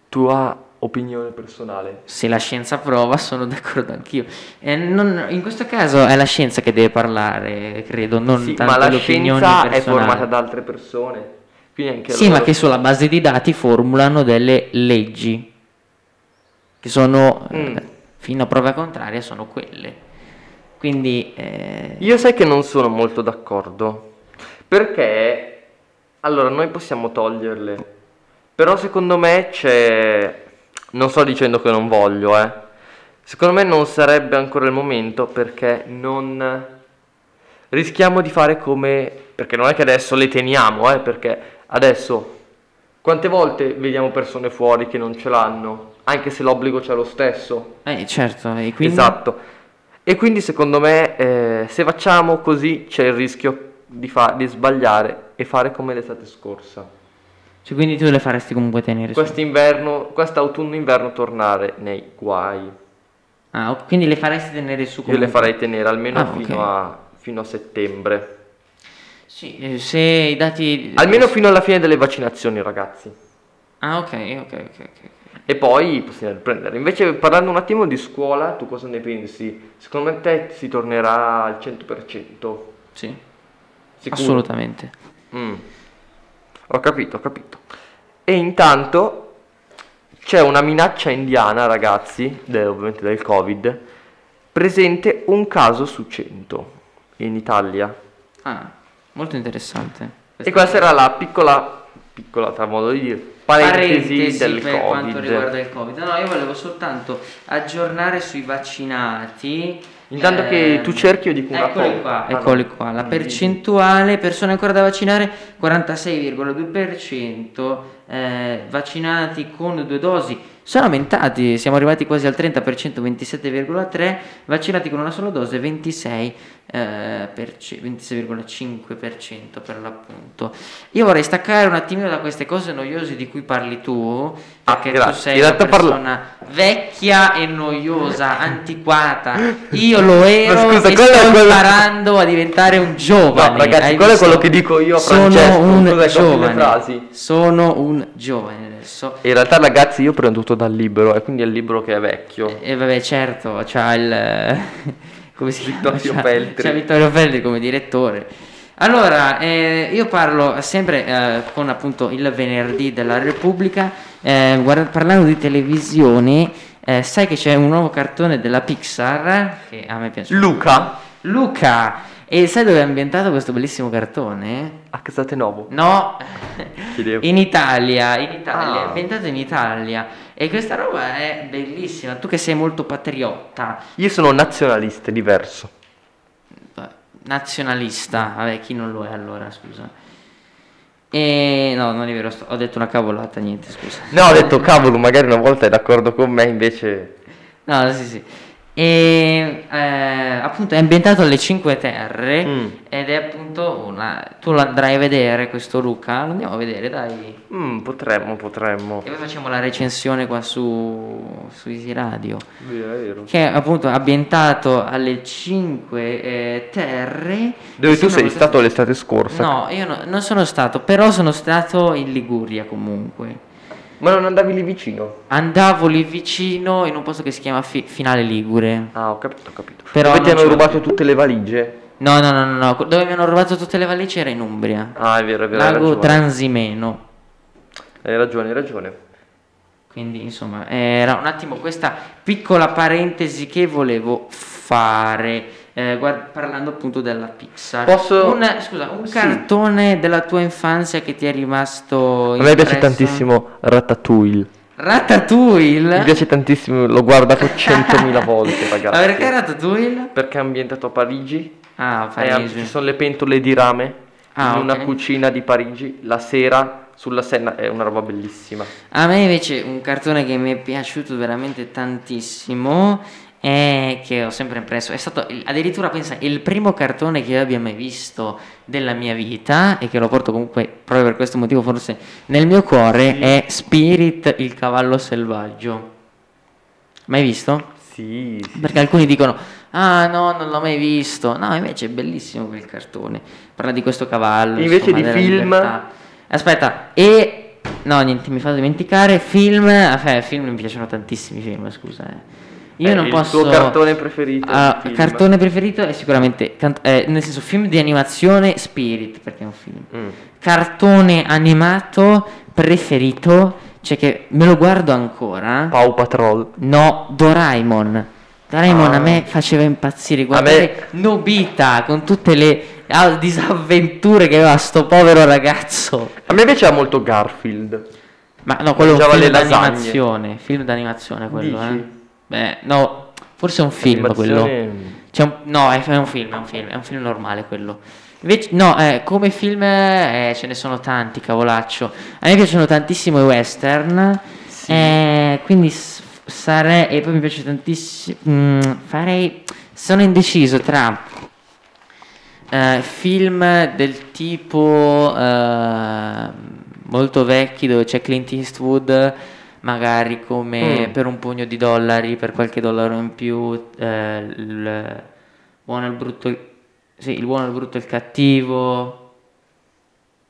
S1: tua opinione personale.
S2: Se la scienza prova sono d'accordo anch'io. Eh, non- in questo caso è la scienza che deve parlare, credo, non
S1: Sì,
S2: tanto
S1: ma la
S2: le opinioni
S1: scienza è
S2: personali.
S1: formata da altre persone. Quindi anche
S2: Sì,
S1: loro-
S2: ma che sulla base di dati formulano delle leggi che sono eh,
S1: Mm.
S2: fino a prova contraria sono quelle. Quindi eh,
S1: Io sai che non sono molto d'accordo. Perché allora noi possiamo toglierle. Però secondo me c'è. Non sto dicendo che non voglio, eh. Secondo me non sarebbe ancora il momento perché non. Rischiamo di fare come. Perché non è che adesso le teniamo, eh. Perché adesso. Quante volte vediamo persone fuori che non ce l'hanno? Anche se l'obbligo c'è lo stesso.
S2: eh, certo, e quindi
S1: Esatto. E quindi secondo me eh, se facciamo così c'è il rischio di, fa- di sbagliare e fare come l'estate scorsa.
S2: cioè, quindi tu le faresti comunque tenere su.
S1: Quest'inverno, quest'autunno-inverno tornare nei guai.
S2: Ah, ok, quindi le faresti tenere su
S1: Io le
S2: comunque?
S1: farei tenere almeno
S2: Ah,
S1: fino,
S2: ok.
S1: a, fino a settembre.
S2: Sì, eh, se i dati...
S1: Almeno fino alla fine delle vaccinazioni, ragazzi.
S2: Ah, ok, ok, ok. ok.
S1: E poi possiamo riprendere. Invece, parlando un attimo di scuola, tu cosa ne pensi? Secondo te si tornerà al 100%? Sicuro?
S2: Sì, assolutamente.
S1: Mm. Ho capito, ho capito. E intanto c'è una minaccia indiana, ragazzi, de- ovviamente del Covid, presente un caso su 100 in Italia.
S2: Ah, molto interessante.
S1: E questa era la piccola, piccola tra modo di dire, parentesi, del
S2: per
S1: Covid.
S2: quanto riguarda il Covid. No, no, io volevo soltanto aggiornare sui vaccinati. Ehm,
S1: Intanto che tu cerchi, io dico una
S2: Eccoli
S1: cosa.
S2: qua,
S1: Ah, no.
S2: eccoli qua. La
S1: Mm.
S2: percentuale persone ancora da vaccinare 46,2% eh, vaccinati con due dosi sono aumentati, siamo arrivati quasi al 30%, 27,3 vaccinati con una sola dose 26 eh, per ce- 26,5% per l'appunto. Io vorrei staccare un attimino da queste cose noiose di cui parli tu,
S1: Ah,
S2: perché tu
S1: grazie.
S2: sei
S1: In
S2: una
S1: realtà parla-
S2: persona vecchia e noiosa, antiquata. Io lo ero
S1: Ma scusa,
S2: e sto
S1: quello è quello-
S2: imparando a diventare un giovane.
S1: No, ragazzi,
S2: hai
S1: quello è
S2: visto?
S1: quello che dico io a
S2: Sono
S1: Francesco, cos'è che
S2: un
S1: ho fatto le
S2: giovane.
S1: frasi?
S2: Sono un giovane adesso.
S1: In realtà, ragazzi, io prendo tutto dal libro, e quindi è il libro che è vecchio.
S2: E vabbè, certo, c'ha il. come si chiama?
S1: Vittorio
S2: C'ha-
S1: Feltri.
S2: C'ha Vittorio Feltri come direttore. Allora, eh, io parlo sempre eh, con appunto il venerdì della Repubblica. eh, guarda- parlando di televisioni, eh, sai che c'è un nuovo cartone della Pixar che a me piace.
S1: Luca
S2: Luca! E sai dove è ambientato questo bellissimo cartone?
S1: a Casate Novo.
S2: No,
S1: Chiedevo.
S2: in Italia, in Italia,
S1: Ah.
S2: è ambientato in Italia. E questa roba è bellissima. Tu che sei molto patriotta,
S1: Io sono nazionalista, è diverso.
S2: nazionalista, vabbè, chi non lo è allora, scusa. E no, non è vero, sto- ho detto una cavolata, niente, scusa.
S1: No, ho detto cavolo, magari una volta è d'accordo con me, invece.
S2: No, sì, sì. E eh, appunto è ambientato alle Cinque Terre
S1: Mm.
S2: ed è appunto una... Tu lo andrai a vedere questo Luca? Lo andiamo a vedere, dai.
S1: Mm, potremmo, potremmo.
S2: E poi facciamo la recensione qua su, su Easy Radio.
S1: Vero, vero.
S2: Che è appunto ambientato alle Cinque eh, Terre.
S1: Dove
S2: Che
S1: tu
S2: sono
S1: sei
S2: queste-
S1: stato l'estate scorsa.
S2: No, io no- non sono stato, però sono stato in Liguria comunque.
S1: Ma non andavi lì vicino?
S2: Andavo lì vicino in un posto che si chiama Fi- Finale Ligure.
S1: Ah, ho capito, ho capito.
S2: Però
S1: Poi ti
S2: non
S1: hanno
S2: ce l'ho
S1: rubato tutte le valigie?
S2: No, no, no, no, no, dove mi hanno rubato tutte le valigie era in Umbria.
S1: Ah, è vero, è vero. Hai
S2: Lago
S1: ragione.
S2: Transimeno.
S1: Hai ragione, hai ragione.
S2: Quindi, insomma, era un attimo questa piccola parentesi che volevo fare. eh, guard- parlando appunto della Pixar,
S1: Posso-
S2: un, scusa, un
S1: Sì.
S2: cartone della tua infanzia che ti è rimasto
S1: A me piace
S2: impresso?
S1: tantissimo Ratatouille.
S2: Ratatouille.
S1: Mi piace tantissimo, l'ho guardato centomila volte, ragazzi.
S2: Ma perché Ratatouille?
S1: Perché è ambientato a Parigi.
S2: Ah,
S1: Eh, ci
S2: Parigi.
S1: sono le pentole di rame
S2: Ah,
S1: in una
S2: ok.
S1: cucina di Parigi la sera sulla Senna. È una roba bellissima.
S2: A me invece un cartone che mi è piaciuto veramente tantissimo e che ho sempre impresso, è stato il- addirittura pensa il primo cartone che io abbia mai visto della mia vita e che lo porto comunque proprio per questo motivo forse nel mio cuore
S1: Sì.
S2: è Spirit il cavallo selvaggio. Mai visto?
S1: Sì, sì.
S2: Perché alcuni dicono: Ah, no, non l'ho mai visto. No, invece è bellissimo quel cartone. Parla di questo cavallo.
S1: Invece
S2: insomma,
S1: di
S2: della
S1: film?
S2: libertà. Aspetta, e. No, niente, mi fa dimenticare. Film. eh, film mi piacciono tantissimi film, scusa. eh. Io
S1: Eh,
S2: non
S1: il
S2: posso.
S1: tuo cartone preferito è un
S2: Ah,
S1: film.
S2: cartone preferito è sicuramente. cant- eh, nel senso, film di animazione Spirit, perché è un film
S1: Mm.
S2: cartone animato preferito, cioè che me lo guardo ancora.
S1: Paw Patrol.
S2: No, Doraemon. Doraemon
S1: Ah.
S2: a me faceva impazzire guardare Nobita con tutte le ah, disavventure che aveva sto povero ragazzo.
S1: A me piaceva molto Garfield.
S2: Ma no, quello è un
S1: Mangiava
S2: film
S1: le lasagne.
S2: d'animazione, film d'animazione quello,
S1: Dici?
S2: eh. Beh, no, forse è un film quello.
S1: Animazione-
S2: C'è un- no, è, è un film, è un film, è un film normale quello. Invece, no, eh, come film eh, ce ne sono tanti, cavolaccio. A me piacciono tantissimo i western.
S1: Sì.
S2: eh, quindi s- sarei. E poi mi piace tantissimo. mm, farei. Sono indeciso tra. eh, film del tipo eh, molto vecchi dove c'è Clint Eastwood magari come
S1: Mm.
S2: per un pugno di dollari, per qualche dollaro in più, eh, il buono, il brutto, sì, il buono, il brutto, il cattivo.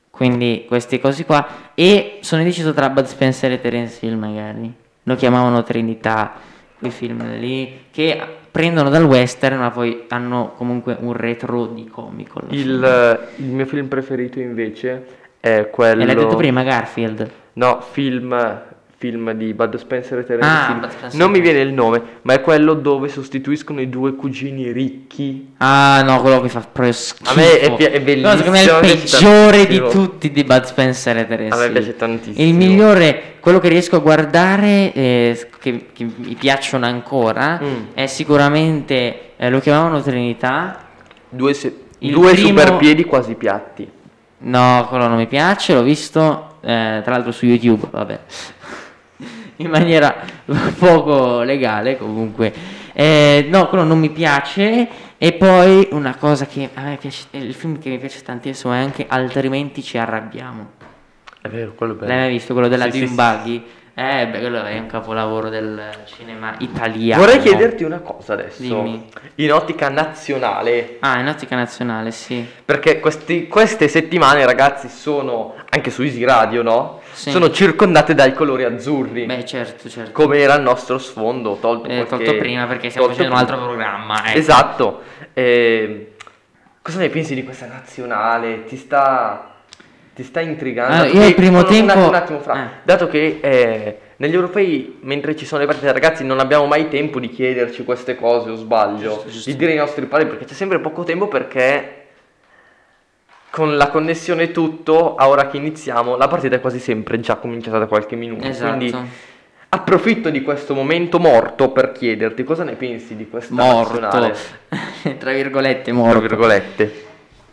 S2: Quindi queste cose qua. E sono indeciso tra Bud Spencer e Terence Hill, magari. Lo chiamavano Trinità, quei film lì, che prendono dal western, ma poi hanno comunque un retro di comico. alla fine.
S1: Il, eh, il mio film preferito invece è quello...
S2: E l'hai detto prima, Garfield.
S1: No, film, film di Bud Spencer e Terence
S2: Ah,
S1: Hill.
S2: Bud Spencer.
S1: Non mi viene il nome, ma è quello dove sostituiscono i due cugini ricchi.
S2: Ah no, quello che fa proprio schifo.
S1: A me è pi- è
S2: Quello secondo me è il
S1: bellissimo,
S2: peggiore di
S1: tantissimo.
S2: tutti di Bud Spencer e Terence
S1: A me
S2: Hill.
S1: piace tantissimo.
S2: Eh Il migliore, quello che riesco a guardare, eh, che, che mi piacciono ancora,
S1: Mm.
S2: è sicuramente, eh, lo chiamavano Trinità.
S1: Due, se-
S2: Il
S1: due
S2: primo-
S1: superpiedi quasi piatti.
S2: No, quello non mi piace, l'ho visto, eh, tra l'altro su YouTube, vabbè. In maniera poco legale comunque. Eh, no, quello non mi piace. E poi una cosa che a me piace, il film che mi piace tantissimo è anche Altrimenti ci arrabbiamo.
S1: È vero, quello è bello.
S2: L'hai mai visto quello della
S1: Sì, sì,
S2: Dune
S1: sì.
S2: Buggy? Eh, beh, quello è un capolavoro del cinema italiano.
S1: Vorrei chiederti una cosa adesso,
S2: Dimmi.
S1: in ottica nazionale,
S2: Ah, in ottica nazionale, sì.
S1: perché questi- queste settimane ragazzi sono, anche su Easy Radio, no?
S2: Sì.
S1: Sono circondate dai colori azzurri,
S2: Beh, certo, certo.
S1: come era il nostro sfondo, tolto,
S2: Eh,
S1: qualche-
S2: tolto prima perché stiamo
S1: tolto
S2: facendo un
S1: prima.
S2: altro programma. ecco.
S1: Esatto. Eh, cosa ne pensi di questa nazionale? Ti sta, ti sta intrigando?
S2: Allora,
S1: Dato
S2: io
S1: che-
S2: al primo
S1: no, no, un
S2: tempo-
S1: attimo, un attimo, Fra.
S2: eh.
S1: Dato che eh, negli europei, mentre ci sono le partite, ragazzi, non abbiamo mai tempo di chiederci queste cose, o sbaglio,
S2: Giusto, giusto.
S1: di dire i nostri pareri, perché c'è sempre poco tempo perché... Con la connessione e tutto, a ora che iniziamo, la partita è quasi sempre già cominciata da qualche minuto.
S2: Esatto.
S1: Quindi approfitto di questo momento morto per chiederti cosa ne pensi di questa
S2: morto.
S1: nazionale.
S2: Tra virgolette,
S1: Tra
S2: morto.
S1: virgolette.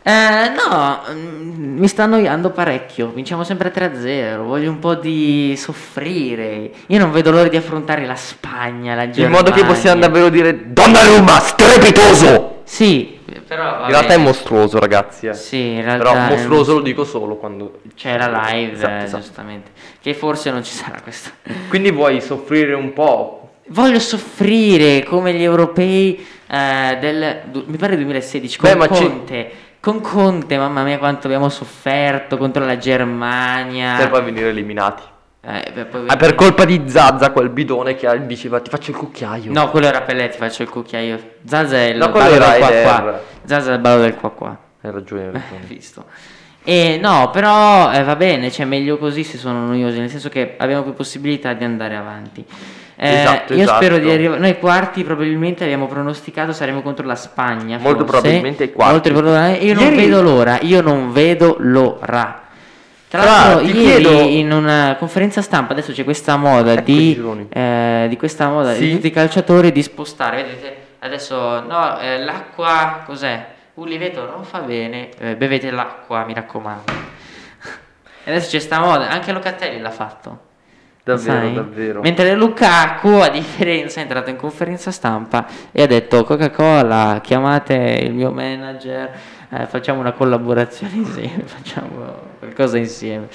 S2: Eh, no, mm, mi sta annoiando parecchio. Vinciamo sempre 3-0. Voglio un po' di soffrire. Io non vedo l'ora di affrontare la Spagna, la Germania.
S1: In modo che possiamo davvero dire Donnarumma strepitoso!
S2: Sì, però.
S1: In realtà è mostruoso, ragazzi. eh.
S2: Sì, in realtà.
S1: Però
S2: è
S1: mostruoso lo dico solo quando
S2: C'è la live,
S1: Esatto,
S2: eh,
S1: esatto.
S2: giustamente. Che forse non ci sarà questa.
S1: Quindi vuoi soffrire un po'?
S2: Voglio soffrire come gli europei eh, del du- mi pare 2016 con
S1: Beh, ma ci-
S2: Conte. Con Conte, mamma mia, quanto abbiamo sofferto contro la Germania.
S1: Per poi venire eliminati.
S2: Eh, per poi-
S1: Ah, per colpa di Zazza, quel bidone che diceva ti faccio il cucchiaio.
S2: No, quello era Pelletti, faccio il cucchiaio. Zaza è il
S1: No, quello
S2: ballo
S1: era
S2: del qua
S1: Eder.
S2: qua. Zaza è il ballo del qua qua.
S1: Hai ragione. hai ragione.
S2: Visto. E no, però eh, va bene, cioè meglio così se sono noiosi, nel senso che abbiamo più possibilità di andare avanti. Eh,
S1: Esatto,
S2: io
S1: esatto.
S2: spero di arrivare. Noi quarti probabilmente abbiamo pronosticato saremo contro la Spagna.
S1: Molto
S2: forse.
S1: probabilmente ai quarti.
S2: Molto probabilmente- Io non
S1: Ieri-
S2: vedo l'ora, io non vedo l'ora. Tra
S1: Tra
S2: l'altro,
S1: ti
S2: ieri
S1: chiedo-
S2: in una conferenza stampa adesso c'è questa moda
S1: Ecco i
S2: di,
S1: gironi.
S2: eh, di questa moda di
S1: Sì.
S2: tutti i calciatori di spostare. Vedete, adesso no, eh, l'acqua cos'è? Un liveto non fa bene, eh, bevete l'acqua, mi raccomando. E adesso c'è sta moda, anche Locatelli l'ha fatto. lo
S1: Davvero,
S2: sai?
S1: davvero.
S2: Mentre Lukaku, a differenza, è entrato in conferenza stampa e ha detto Coca-Cola, chiamate il mio manager, eh, facciamo una collaborazione insieme, facciamo qualcosa insieme.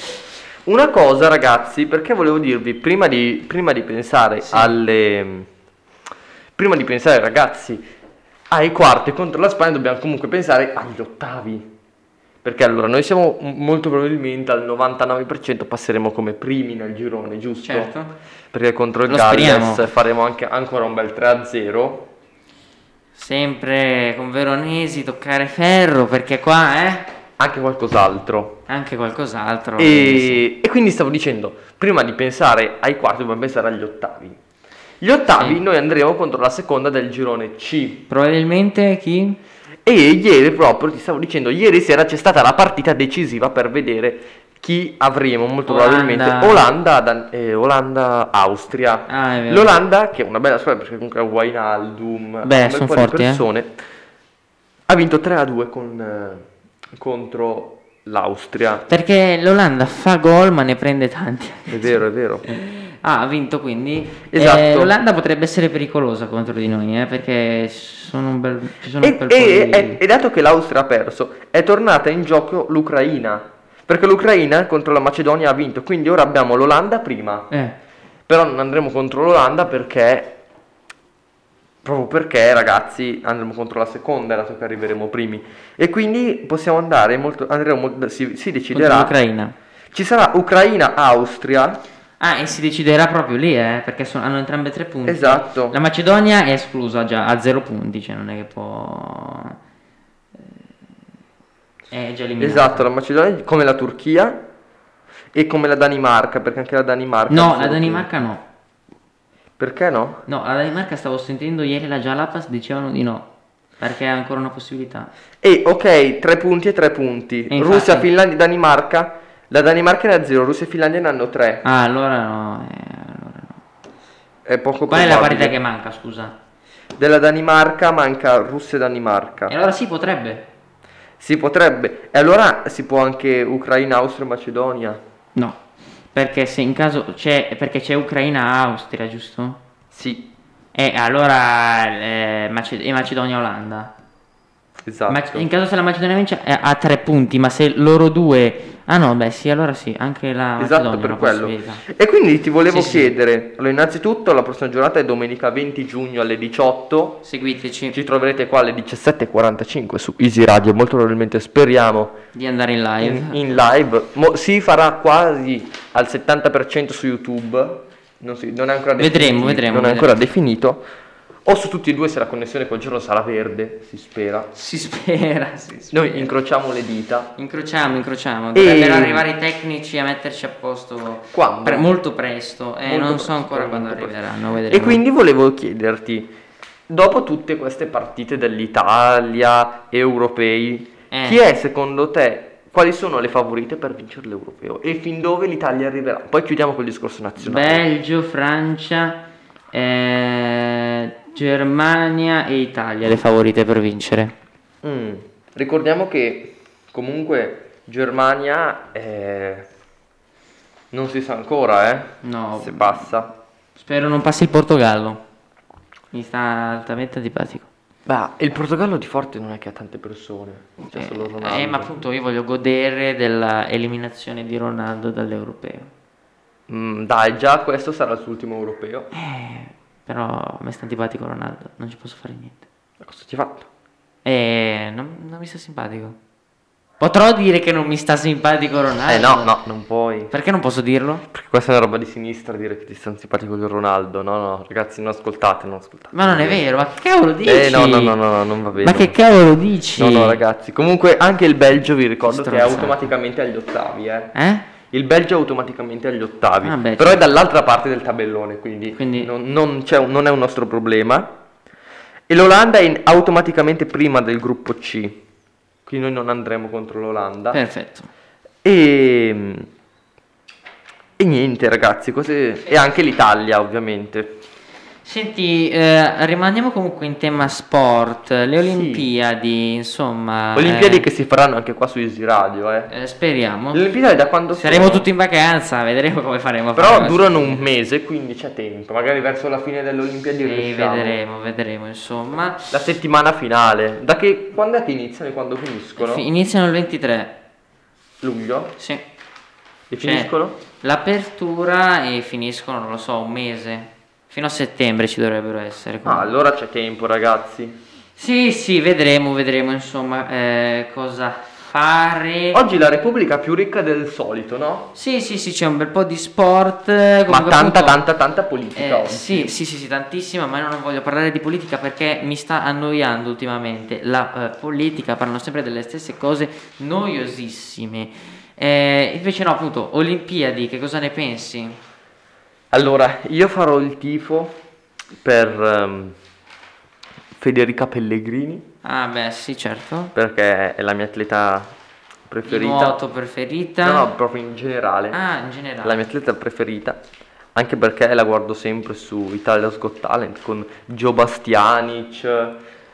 S1: Una cosa, ragazzi, perché volevo dirvi prima di, prima di pensare
S2: Sì.
S1: alle. Prima di pensare, ragazzi, ai quarti contro la Spagna, dobbiamo comunque pensare agli ottavi. Perché allora noi siamo m- molto probabilmente al 99% passeremo come primi nel girone, giusto? Perché contro il
S2: Certo. Lo speriamo.
S1: Galles faremo anche, ancora un bel 3-0.
S2: Sempre con Veronesi, toccare ferro, perché qua eh,
S1: Anche qualcos'altro.
S2: anche qualcos'altro. eh, sì.
S1: E, e quindi stavo dicendo, prima di pensare ai quarti dobbiamo pensare agli ottavi. Gli ottavi
S2: Sì.
S1: noi andremo contro la seconda del girone C.
S2: Probabilmente chi?
S1: E ieri proprio, ti stavo dicendo, ieri sera c'è stata la partita decisiva per vedere chi avremo, molto
S2: Olanda.
S1: probabilmente Olanda, Dan- eh, Olanda, Austria.
S2: Ah, è vero.
S1: L'Olanda, che è una bella squadra perché comunque ha Wijnaldum,
S2: Beh,
S1: un bel
S2: son
S1: po' di
S2: forti, eh.
S1: persone, ha vinto 3-2 con, eh, contro l'Austria.
S2: Perché l'Olanda fa gol ma ne prende tanti.
S1: È vero, è vero.
S2: Ah, ha vinto quindi.
S1: Esatto.
S2: Eh, L'Olanda potrebbe essere pericolosa contro di noi, eh, perché sono un bel, ci sono un
S1: E,
S2: bel po'
S1: e-
S2: di-
S1: e- e dato che l'Austria ha perso, è tornata in gioco l'Ucraina. Perché l'Ucraina contro la Macedonia ha vinto, quindi ora abbiamo l'Olanda prima,
S2: Eh,
S1: Però non andremo contro l'Olanda perché, proprio perché ragazzi, andremo contro la seconda, dato che arriveremo primi. E quindi possiamo andare, molto, andremo, si, si
S2: Contro
S1: deciderà.
S2: l'Ucraina.
S1: Ci sarà Ucraina-Austria.
S2: Ah, e si deciderà proprio lì, eh, perché sono- hanno entrambe tre punti.
S1: Esatto.
S2: La Macedonia è esclusa già a zero punti, cioè non è che può... eh, È già eliminata.
S1: Esatto, la Macedonia come la Turchia e come la Danimarca, perché anche la Danimarca... ha
S2: No,
S1: solo
S2: la Danimarca no.
S1: punti. Perché no?
S2: No, la Danimarca stavo sentendo ieri la Jalapas, dicevano di no, perché è ancora una possibilità.
S1: E ok, tre punti e tre punti.
S2: E infatti-
S1: Russia, Finlandia, Danimarca. La Danimarca ne ha zero, Russia e Finlandia ne hanno tre.
S2: Ah, allora no. eh, allora no.
S1: È poco
S2: Qual è la
S1: probabile.
S2: parità che manca, scusa?
S1: Della Danimarca manca Russia e Danimarca.
S2: E allora sì, potrebbe.
S1: Si potrebbe. E allora si può anche Ucraina, Austria e Macedonia.
S2: No, perché se in caso c'è, perché c'è Ucraina-Austria, giusto?
S1: Sì,
S2: E allora eh, Mace- e Macedonia-Olanda.
S1: esatto.
S2: Ma- in caso se la Macedonia vince eh, ha tre punti, ma se loro due... Ah no, beh sì, allora sì, anche la Macedonia
S1: Esatto,
S2: è
S1: per
S2: una
S1: quello.
S2: possibilità.
S1: E quindi ti volevo
S2: Sì, sì.
S1: chiedere, allora, innanzitutto la prossima giornata è domenica 20 giugno alle 18.
S2: Seguiteci
S1: Ci troverete qua alle 17.45 su Easy Radio, molto probabilmente speriamo
S2: di andare in live.
S1: in, in live. Mo- si farà quasi al 70% su YouTube, non, si- non è ancora definito.
S2: Vedremo, vedremo,
S1: Non è
S2: vedremo.
S1: ancora definito. O su tutti e due se la connessione quel giorno sarà verde, si spera.
S2: Si spera, si spera.
S1: Noi incrociamo le dita.
S2: Incrociamo, incrociamo.
S1: E-
S2: Dovrebbero arrivare i tecnici a metterci a posto
S1: Quando?
S2: pre- molto presto. Eh,
S1: Molto
S2: non
S1: presto,
S2: so ancora quando
S1: molto presto.
S2: arriveranno. Vedremo.
S1: E quindi volevo chiederti, dopo tutte queste partite dell'Italia, europei,
S2: Eh.
S1: chi è secondo te, quali sono le favorite per vincere l'europeo e fin dove l'Italia arriverà? Poi chiudiamo col discorso nazionale.
S2: Belgio, Francia, eh, Germania e Italia le favorite per vincere.
S1: Mm. Ricordiamo che comunque Germania eh, non si sa ancora eh,
S2: No,
S1: se passa.
S2: spero non passi il Portogallo. Mi sta altamente antipatico.
S1: Beh, il Portogallo di forte non è che ha tante persone, c'è
S2: Eh,
S1: solo Ronaldo.
S2: eh, ma appunto io voglio godere dell'eliminazione di Ronaldo dall'europeo.
S1: Mm, dai, già questo sarà il suo ultimo europeo.
S2: Eh, però a me sta antipatico Ronaldo, non ci posso fare niente.
S1: Ma Cosa ci hai fatto?
S2: Eh, non, non mi sta simpatico. Potrò dire che non mi sta simpatico Ronaldo?
S1: Eh no, no, non puoi.
S2: Perché non posso dirlo?
S1: Perché questa è una roba di sinistra dire che ti sta antipatico il Ronaldo. No, no, ragazzi, non ascoltate, non ascoltate.
S2: Ma non è vero, ma che cavolo dici?
S1: Eh no, no, no, no, no, non va bene.
S2: Ma che cavolo dici?
S1: No, no, ragazzi. Comunque anche il Belgio vi ricordo che è
S2: Stronzate.
S1: automaticamente agli ottavi, eh.
S2: Eh?
S1: Il Belgio è automaticamente agli ottavi,
S2: Ah, beh,
S1: però è
S2: certo.
S1: dall'altra parte del tabellone, quindi,
S2: Quindi-
S1: Non, non c'è un- non è un nostro problema. E l'Olanda è in- automaticamente prima del gruppo C, quindi noi non andremo contro l'Olanda.
S2: Perfetto.
S1: E, e niente ragazzi, cose- e anche l'Italia ovviamente.
S2: Senti, eh, rimaniamo comunque in tema sport. Le
S1: Sì.
S2: Olimpiadi, insomma...
S1: Olimpiadi
S2: eh,
S1: che si faranno anche qua su Easy Radio. Eh.
S2: eh, speriamo.
S1: Le Olimpiadi da quando
S2: Saremo
S1: sono?
S2: tutti in vacanza, vedremo come faremo. a
S1: Però
S2: fare-
S1: durano un mese, quindi c'è tempo. Magari verso la fine delle Olimpiadi
S2: Sì,
S1: riusciamo.
S2: vedremo, vedremo, insomma.
S1: La settimana finale. Da che quando è che iniziano e quando finiscono?
S2: Fi- Iniziano il 23.
S1: Luglio?
S2: Sì.
S1: E
S2: Cioè,
S1: finiscono?
S2: L'apertura e finiscono, non lo so, un mese. Fino a settembre ci dovrebbero essere.
S1: Ah,
S2: quindi.
S1: allora c'è tempo, ragazzi.
S2: Sì, sì, vedremo, vedremo insomma eh, cosa fare.
S1: Oggi la Repubblica è più ricca del solito, no?
S2: Sì, sì, sì, c'è un bel po' di sport. eh,
S1: Ma
S2: comunque,
S1: tanta,
S2: appunto,
S1: tanta, tanta politica
S2: eh,
S1: oggi.
S2: sì, sì, sì, sì, tantissima, ma io non voglio parlare di politica perché mi sta annoiando ultimamente. La eh, politica parlano sempre delle stesse cose noiosissime. Eh, invece no, appunto, Olimpiadi, che cosa ne pensi?
S1: Allora, io farò il tifo per ehm, Federica Pellegrini,
S2: Ah, beh, sì, certo.
S1: perché è la mia atleta
S2: Di
S1: preferita.
S2: nuoto preferita.
S1: No, no, proprio in generale.
S2: Ah, in generale.
S1: La mia atleta preferita, anche perché la guardo sempre su Italia's Got Talent con Gio Bastianic,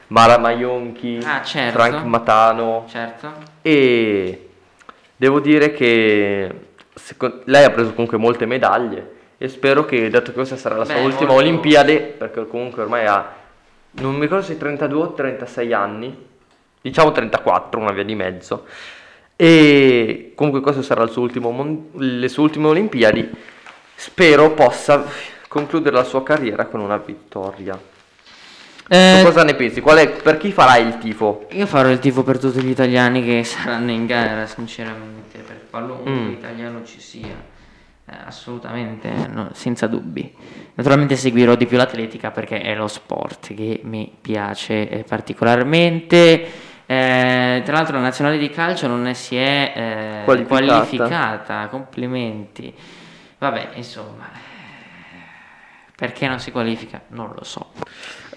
S1: Mara Maionchi,
S2: Ah, certo.
S1: Frank Matano
S2: Certo.
S1: e devo dire che seco- lei ha preso comunque molte medaglie e spero che, dato che questa sarà la sua
S2: Beh,
S1: ultima
S2: molto-
S1: Olimpiade, perché comunque ormai ha, non mi ricordo se 32 o 36 anni, diciamo 34, una via di mezzo, e comunque questo sarà il suo ultimo mon- le sue ultime Olimpiadi, Spero possa concludere la sua carriera con una vittoria. Tu
S2: Eh,
S1: cosa ne pensi? Qual è, per chi farai il tifo?
S2: Io farò il tifo per tutti gli italiani che saranno in gara, sinceramente, per qualunque
S1: Mm.
S2: italiano ci sia, eh, assolutamente, no, senza dubbi. Naturalmente seguirò di più l'atletica perché è lo sport che mi piace eh, particolarmente. Eh, tra l'altro la nazionale di calcio non è- si è eh,
S1: Qualificata.
S2: qualificata, complimenti. Vabbè, insomma, eh, perché non si qualifica? Non lo so.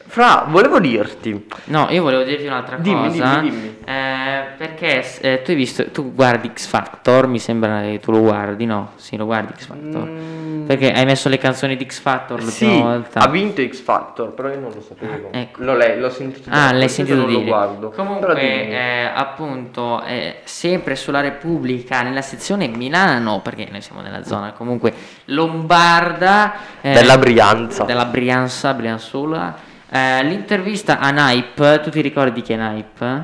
S1: Fra, volevo dirti,
S2: No, io volevo dirti un'altra
S1: Dimmi,
S2: cosa.
S1: dimmi, dimmi.
S2: Eh, perché s- eh, tu hai visto, tu guardi X Factor, mi sembra che tu lo guardi, no? Sì, lo guardi X Factor.
S1: Mm.
S2: Perché hai messo le canzoni di X Factor l'ultima
S1: sì,
S2: volta.
S1: ha vinto X Factor, però io non lo sapevo.
S2: Ah, ecco.
S1: L'ho, le- l'ho sentito.
S2: Ah, l'hai
S1: forse
S2: sentito
S1: non
S2: dire.
S1: Lo guardo.
S2: Comunque,
S1: Però dimmi.
S2: eh, appunto, eh, sempre sulla Repubblica, nella sezione Milano, perché noi siamo nella zona comunque lombarda. eh,
S1: Della Brianza.
S2: Della Brianza, Brianzola. eh, l'intervista a Naip, tu ti ricordi chi è Naip?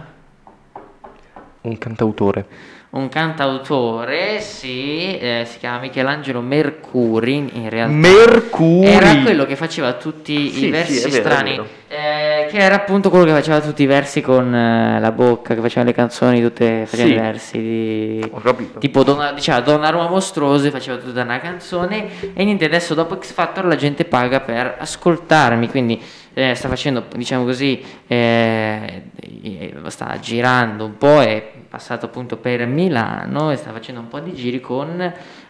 S1: Un cantautore.
S2: Un cantautore, sì, eh, si chiama Michelangelo Mercuri in- in realtà.
S1: Mercuri.
S2: era quello che faceva tutti
S1: Sì,
S2: i
S1: sì,
S2: versi
S1: è vero, è
S2: strani,
S1: vero.
S2: eh, che era appunto quello che faceva tutti i versi con eh, la bocca, che faceva le canzoni, tutte faceva
S1: Sì.
S2: i versi di...
S1: Ho capito.
S2: Tipo Donna, diceva Donnarumma mostruoso, faceva tutta una canzone e niente, adesso dopo X Factor la gente paga per ascoltarmi, quindi eh, sta facendo, diciamo così, eh, eh, sta girando un po', è passato appunto per Milano e sta facendo un po' di giri con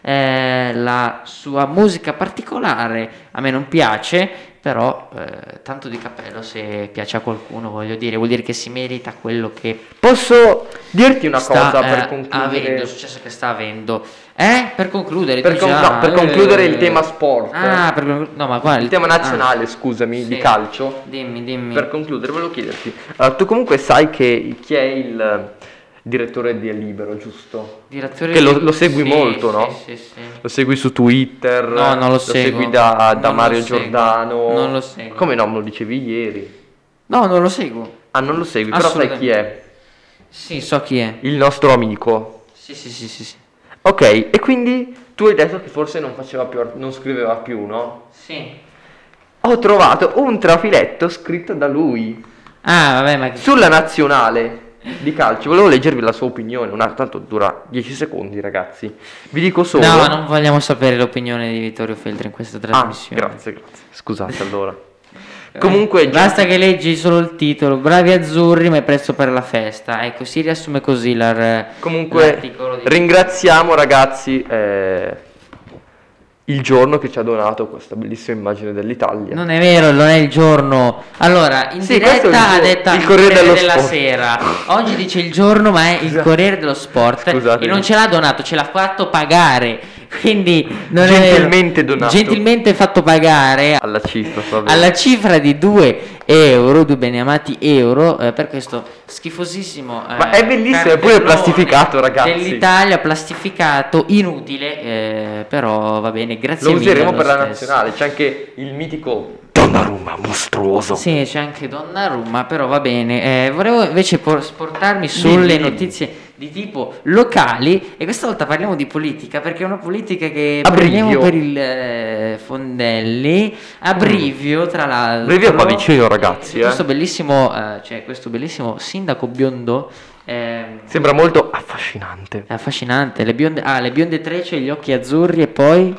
S2: eh, la sua musica particolare, a me non piace, però eh, tanto di cappello se piace a qualcuno, voglio dire, vuol dire che si merita quello che
S1: Posso dirti una
S2: sta,
S1: cosa
S2: eh,
S1: per concludere?
S2: avendo il successo che sta avendo eh per concludere
S1: Per
S2: tu
S1: con-
S2: già,
S1: no, per
S2: eh,
S1: concludere il tema sport.
S2: ah per conclu- no ma guarda
S1: Il tema nazionale, scusami,
S2: Sì.
S1: di calcio.
S2: dimmi dimmi
S1: Per concludere, volevo chiederti. allora, tu comunque sai che chi è il eh, direttore di Libero, giusto?
S2: Direttore
S1: che
S2: di-
S1: lo- lo segui
S2: sì,
S1: molto,
S2: sì,
S1: no?
S2: sì, sì.
S1: Lo segui su Twitter?
S2: No, non lo seguo.
S1: segui da,
S2: Non
S1: da
S2: lo
S1: Mario
S2: seguo.
S1: Giordano?
S2: Non lo seguo.
S1: Come no, me lo dicevi ieri.
S2: no non lo seguo
S1: Ah, non lo segui, però sai chi è?
S2: sì so chi è
S1: Il nostro amico.
S2: sì sì sì sì sì,
S1: Ok, e quindi tu hai detto che forse non faceva più, ar- non scriveva più, no?
S2: Sì.
S1: Ho trovato un trafiletto scritto da lui
S2: ah vabbè ma che-
S1: sulla nazionale di calcio. Volevo leggervi la sua opinione, una, tanto dura 10 secondi, ragazzi. Vi dico solo.
S2: no non vogliamo sapere l'opinione di Vittorio Feltri in questa
S1: Ah,
S2: trasmissione
S1: grazie, grazie. Scusate allora.
S2: Eh,
S1: Comunque,
S2: basta che leggi solo il titolo bravi azzurri ma è prezzo per la festa ecco si riassume così l'ar-
S1: Comunque
S2: l'articolo di
S1: ringraziamo ragazzi eh, il giorno che ci ha donato questa bellissima immagine dell'Italia.
S2: Non è vero, non è il giorno. Allora, in
S1: Sì, questo è il
S2: diretta ha
S1: gio-
S2: detto
S1: il Corriere dello
S2: della
S1: Sport.
S2: sera. Oggi dice il giorno, ma è il
S1: Scusa-
S2: Corriere dello Sport.
S1: Scusatemi.
S2: E non ce l'ha donato, ce l'ha fatto pagare. Quindi non è vero.
S1: Gentilmente donato.
S2: Gentilmente fatto pagare
S1: alla cifra, va bene.
S2: alla cifra di 2 euro, due beneamati euro, eh, per questo schifosissimo. eh,
S1: Ma è bellissimo, è pure
S2: cartellone
S1: plastificato, ragazzi.
S2: Dell'Italia plastificato, inutile, eh, però va bene, grazie
S1: Lo
S2: mille.
S1: useremo
S2: lo
S1: per la
S2: stesso.
S1: nazionale. C'è anche il mitico Donnarumma mostruoso.
S2: Sì, c'è anche Donnarumma, però va bene. Eh, volevo invece por- portarmi sulle
S1: Dimmi, dimmi.
S2: notizie di tipo locali e questa volta parliamo di politica perché è una politica che
S1: A
S2: prendiamo
S1: brivio.
S2: per il eh, Fondelli, a
S1: Mm.
S2: brivio tra l'altro.
S1: Brivio qua vicino, ragazzi,
S2: C'è
S1: eh.
S2: Questo bellissimo, eh, cioè, questo bellissimo sindaco biondo ehm,
S1: Sembra molto affascinante.
S2: è affascinante, le bionde, ah, le bionde trecce, gli occhi azzurri e poi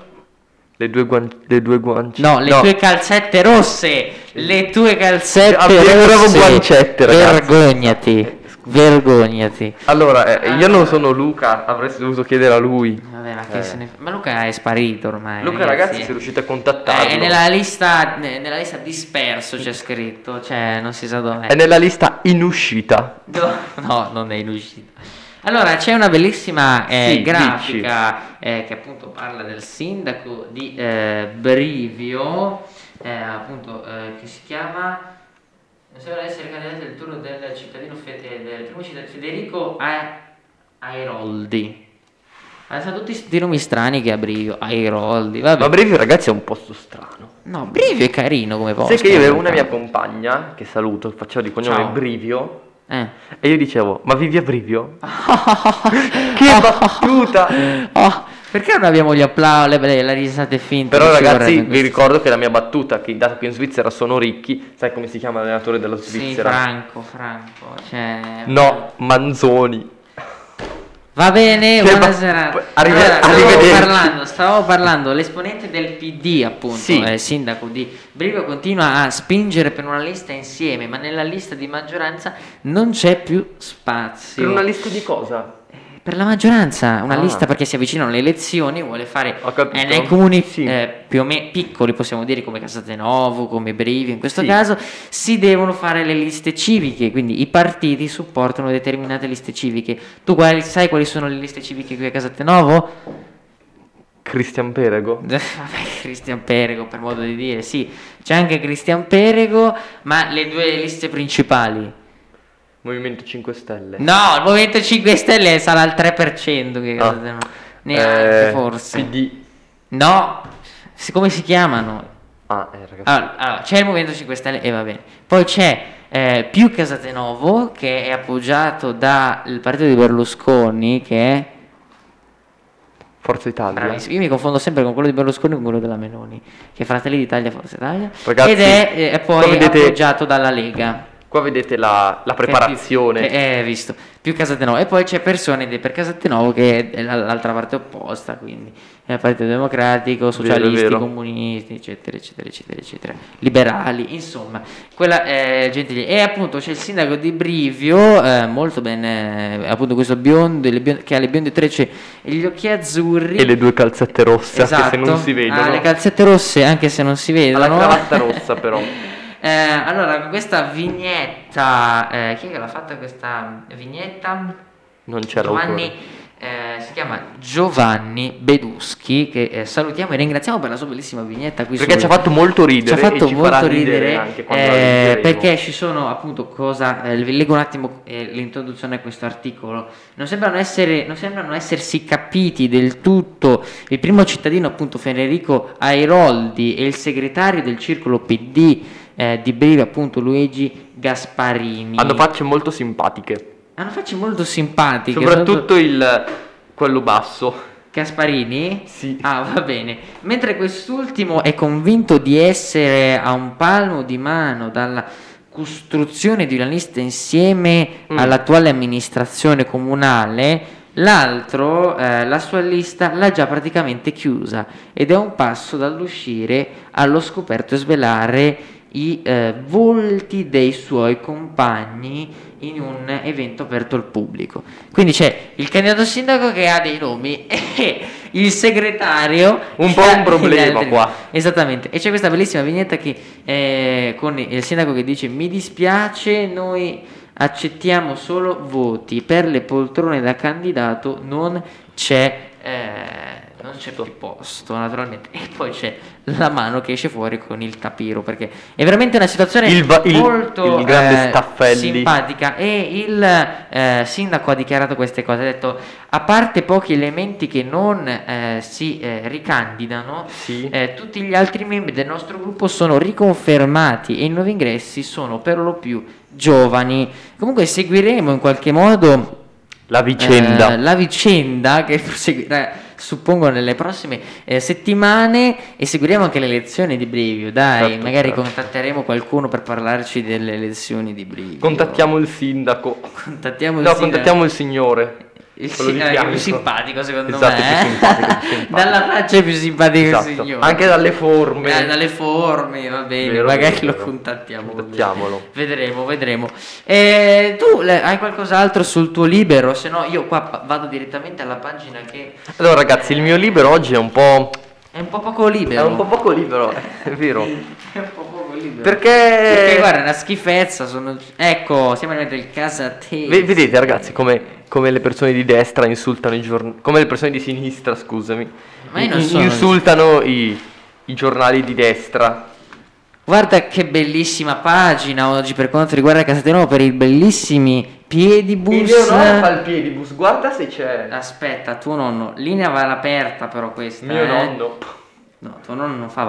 S1: Le due, guan- le due guance.
S2: No, le tue calzette rosse! Le tue calzette
S1: Avevo
S2: rosse!
S1: guancette, ragazzi.
S2: Vergognati! Vergognati!
S1: Allora, eh, io non sono Luca, avresti dovuto chiedere a lui.
S2: Ah, Vabbè, ma, che
S1: Eh.
S2: se ne- ma Luca è sparito ormai.
S1: Luca, ragazzi, se riuscite a contattarlo.
S2: È nella lista, ne- nella lista disperso c'è scritto, cioè non si sa dov'è.
S1: È nella lista in uscita.
S2: No, no, non è in uscita. Allora, c'è una bellissima eh,
S1: Sì,
S2: grafica eh, che appunto parla del sindaco di eh, Brivio, eh, appunto, eh, che si chiama... Non sembra essere candidato il turno del cittadino Fe- eh, del primo cittadino Federico A- Airoldi. Adesso tutti questi nomi strani che ha Brivio, Airoldi, vabbè.
S1: Ma Brivio, ragazzi, è un posto strano.
S2: no, Brivio è carino come posto.
S1: Sai che io avevo
S2: in
S1: una mia
S2: realtà.
S1: compagna che saluto, che faceva di cognome
S2: Ciao.
S1: Brivio.
S2: Eh. Ah,
S1: E io dicevo, ma vivi a Brivio? che battuta!
S2: Oh, Ah. Perché non abbiamo gli applausi, le, le risate finte?
S1: Però
S2: che ci
S1: ragazzi
S2: vorrebbero
S1: vi
S2: in questo-
S1: ricordo che la mia battuta, che dato che in Svizzera sono ricchi, sai come si chiama l'allenatore della
S2: Sì,
S1: Svizzera?
S2: Franco, Franco. Cioè...
S1: no, Manzoni.
S2: Va bene,
S1: Che
S2: buona
S1: ba-
S2: serata.
S1: arrive-
S2: stavo
S1: arrivederci.
S2: parlando, stavo parlando, l'esponente del PD, appunto,
S1: Sì.
S2: eh, sindaco di Brivio, continua a spingere per una lista insieme, ma nella lista di maggioranza non c'è più spazio.
S1: Per una lista di cosa?
S2: Per la maggioranza, una
S1: Ah.
S2: lista perché si avvicinano le elezioni, vuole fare
S1: Ho capito.
S2: eh, nei comuni
S1: Sì.
S2: eh, più o meno piccoli, possiamo dire come Casatenovo, come Brivio, in questo
S1: Sì.
S2: caso si devono fare le liste civiche, quindi i partiti supportano determinate liste civiche. Tu quali- sai quali sono le liste civiche qui a Casatenovo?
S1: Cristian Perego?
S2: Vabbè, Cristian Perego, per modo di dire, sì, c'è anche Cristian Perego, ma le due liste principali.
S1: Movimento 5 Stelle?
S2: No, il Movimento 5 Stelle sarà al 3% che
S1: Ah.
S2: Casatenovo. Neanche
S1: Eh,
S2: forse.
S1: PD.
S2: No, si- come si chiamano?
S1: Ah, eh, ragazzi.
S2: Allora, allora, c'è il Movimento 5 Stelle e va bene. Poi c'è eh, più Casatenovo che è appoggiato dal partito di Berlusconi che è...
S1: Forza Italia.
S2: Bravissimo. Io mi confondo sempre con quello di Berlusconi e con quello della Meloni, che è Fratelli d'Italia, Forza Italia.
S1: Ragazzi,
S2: ed è, eh, è poi
S1: qua vedete-
S2: appoggiato dalla Lega.
S1: Qua vedete la, la
S2: Che è più-
S1: preparazione.
S2: che è Eh, visto. Più Casatenovo. E poi c'è persone ed è per Casatenovo che è la- l'altra parte opposta, quindi è il Partito Democratico,
S1: Vero, è
S2: socialisti,
S1: vero.
S2: comunisti, eccetera, eccetera, eccetera, eccetera. Liberali, insomma. Quella eh, gente lì. E appunto c'è il sindaco di Brivio, eh, molto bene, eh, appunto questo biondo, le bionde- che ha le bionde trecce e gli occhi azzurri.
S1: E le due calzette rosse, anche se non si vedono.
S2: Ah, le calzette rosse anche se non si
S1: Ha la
S2: vedono.
S1: cravatta rossa, però.
S2: Eh, allora, con questa vignetta, eh, chi è che l'ha fatta questa vignetta?
S1: Non c'è
S2: Giovanni,
S1: l'autore.
S2: eh, si chiama Giovanni Beduschi, che eh, salutiamo e ringraziamo per la sua bellissima vignetta qui
S1: Perché
S2: sul-
S1: ci ha fatto molto
S2: ci ha
S1: ridere.
S2: fatto
S1: e ci farà
S2: molto
S1: ridere,
S2: ridere
S1: anche quando la
S2: eh,
S1: leggeremo.
S2: perché ci sono appunto cosa eh, vi leggo un attimo eh, l'introduzione a questo articolo non sembrano, essere, non sembrano essersi capiti del tutto il primo cittadino appunto Federico Airoldi e il segretario del circolo PD eh, di Breve appunto Luigi Gasparini
S1: Hanno facce molto simpatiche.
S2: hanno facce molto simpatiche
S1: Soprattutto il quello basso.
S2: Gasparini
S1: Sì.
S2: Ah, va bene. Mentre quest'ultimo è convinto di essere a un palmo di mano dalla costruzione di una lista insieme
S1: Mm.
S2: all'attuale amministrazione comunale, l'altro, eh, la sua lista l'ha già praticamente chiusa ed è un passo dall'uscire allo scoperto e svelare i eh, volti dei suoi compagni in un evento aperto al pubblico. Quindi c'è il candidato sindaco che ha dei nomi e il segretario
S1: Un
S2: che
S1: po'
S2: ha
S1: un
S2: degli
S1: problema
S2: altri
S1: qua.
S2: Esattamente, e c'è questa bellissima vignetta che, eh, con il sindaco che dice mi dispiace, noi accettiamo solo voti, per le poltrone da candidato non c'è, eh, non c'è più posto naturalmente. E poi c'è la mano che esce fuori con il tapiro, perché è veramente una situazione
S1: Il va- il-
S2: molto
S1: il grande
S2: eh,
S1: Staffelli.
S2: simpatica e il eh, sindaco ha dichiarato queste cose, ha detto a parte pochi elementi che non eh, si eh, ricandidano,
S1: Sì.
S2: eh, tutti gli altri membri del nostro gruppo sono riconfermati e i nuovi ingressi sono per lo più giovani. Comunque seguiremo in qualche modo
S1: la vicenda.
S2: eh, la vicenda che proseguirà, suppongo, nelle prossime eh, settimane e seguiremo anche le elezioni di Brivio. Dai,
S1: Certo,
S2: magari
S1: certo.
S2: contatteremo qualcuno per parlarci delle elezioni di Brivio.
S1: Contattiamo il sindaco.
S2: Contattiamo il
S1: no,
S2: sindaco.
S1: contattiamo il signore.
S2: Il
S1: quello di
S2: sindaco è
S1: fianco.
S2: più simpatico secondo
S1: Esatto,
S2: me.
S1: più
S2: eh.
S1: simpatico, più simpatico.
S2: Dalla faccia è più simpatico il
S1: Esatto.
S2: signore.
S1: Anche dalle forme.
S2: Eh, dalle forme, va bene,
S1: Vero,
S2: magari
S1: vero,
S2: lo
S1: vero.
S2: contattiamo.
S1: Contattiamolo.
S2: Vedremo, vedremo. Eh, tu le- hai qualcos'altro sul tuo libero? Se no, io qua pa- vado direttamente alla pagina che
S1: Allora, ragazzi, il mio libro oggi è un po'.
S2: è un po' poco
S1: È
S2: libero.
S1: un po' poco libero, è vero.
S2: È un po' poco libero.
S1: Perché.
S2: Perché, guarda, è una schifezza. sono- Ecco, siamo arrivati al casa te.
S1: Ve- vedete ragazzi come, come le persone di destra insultano i giornali, come le persone di sinistra scusami,
S2: Ma io non
S1: in-
S2: sono-
S1: insultano i, i giornali di destra.
S2: Guarda che bellissima pagina oggi per quanto riguarda Casatenovo per i bellissimi piedibus.
S1: il piedibus, guarda se c'è
S2: Ah, Aspetta, tuo nonno, linea all'aperta però questa.
S1: mio
S2: eh.
S1: nonno.
S2: No, tuo nonno non fa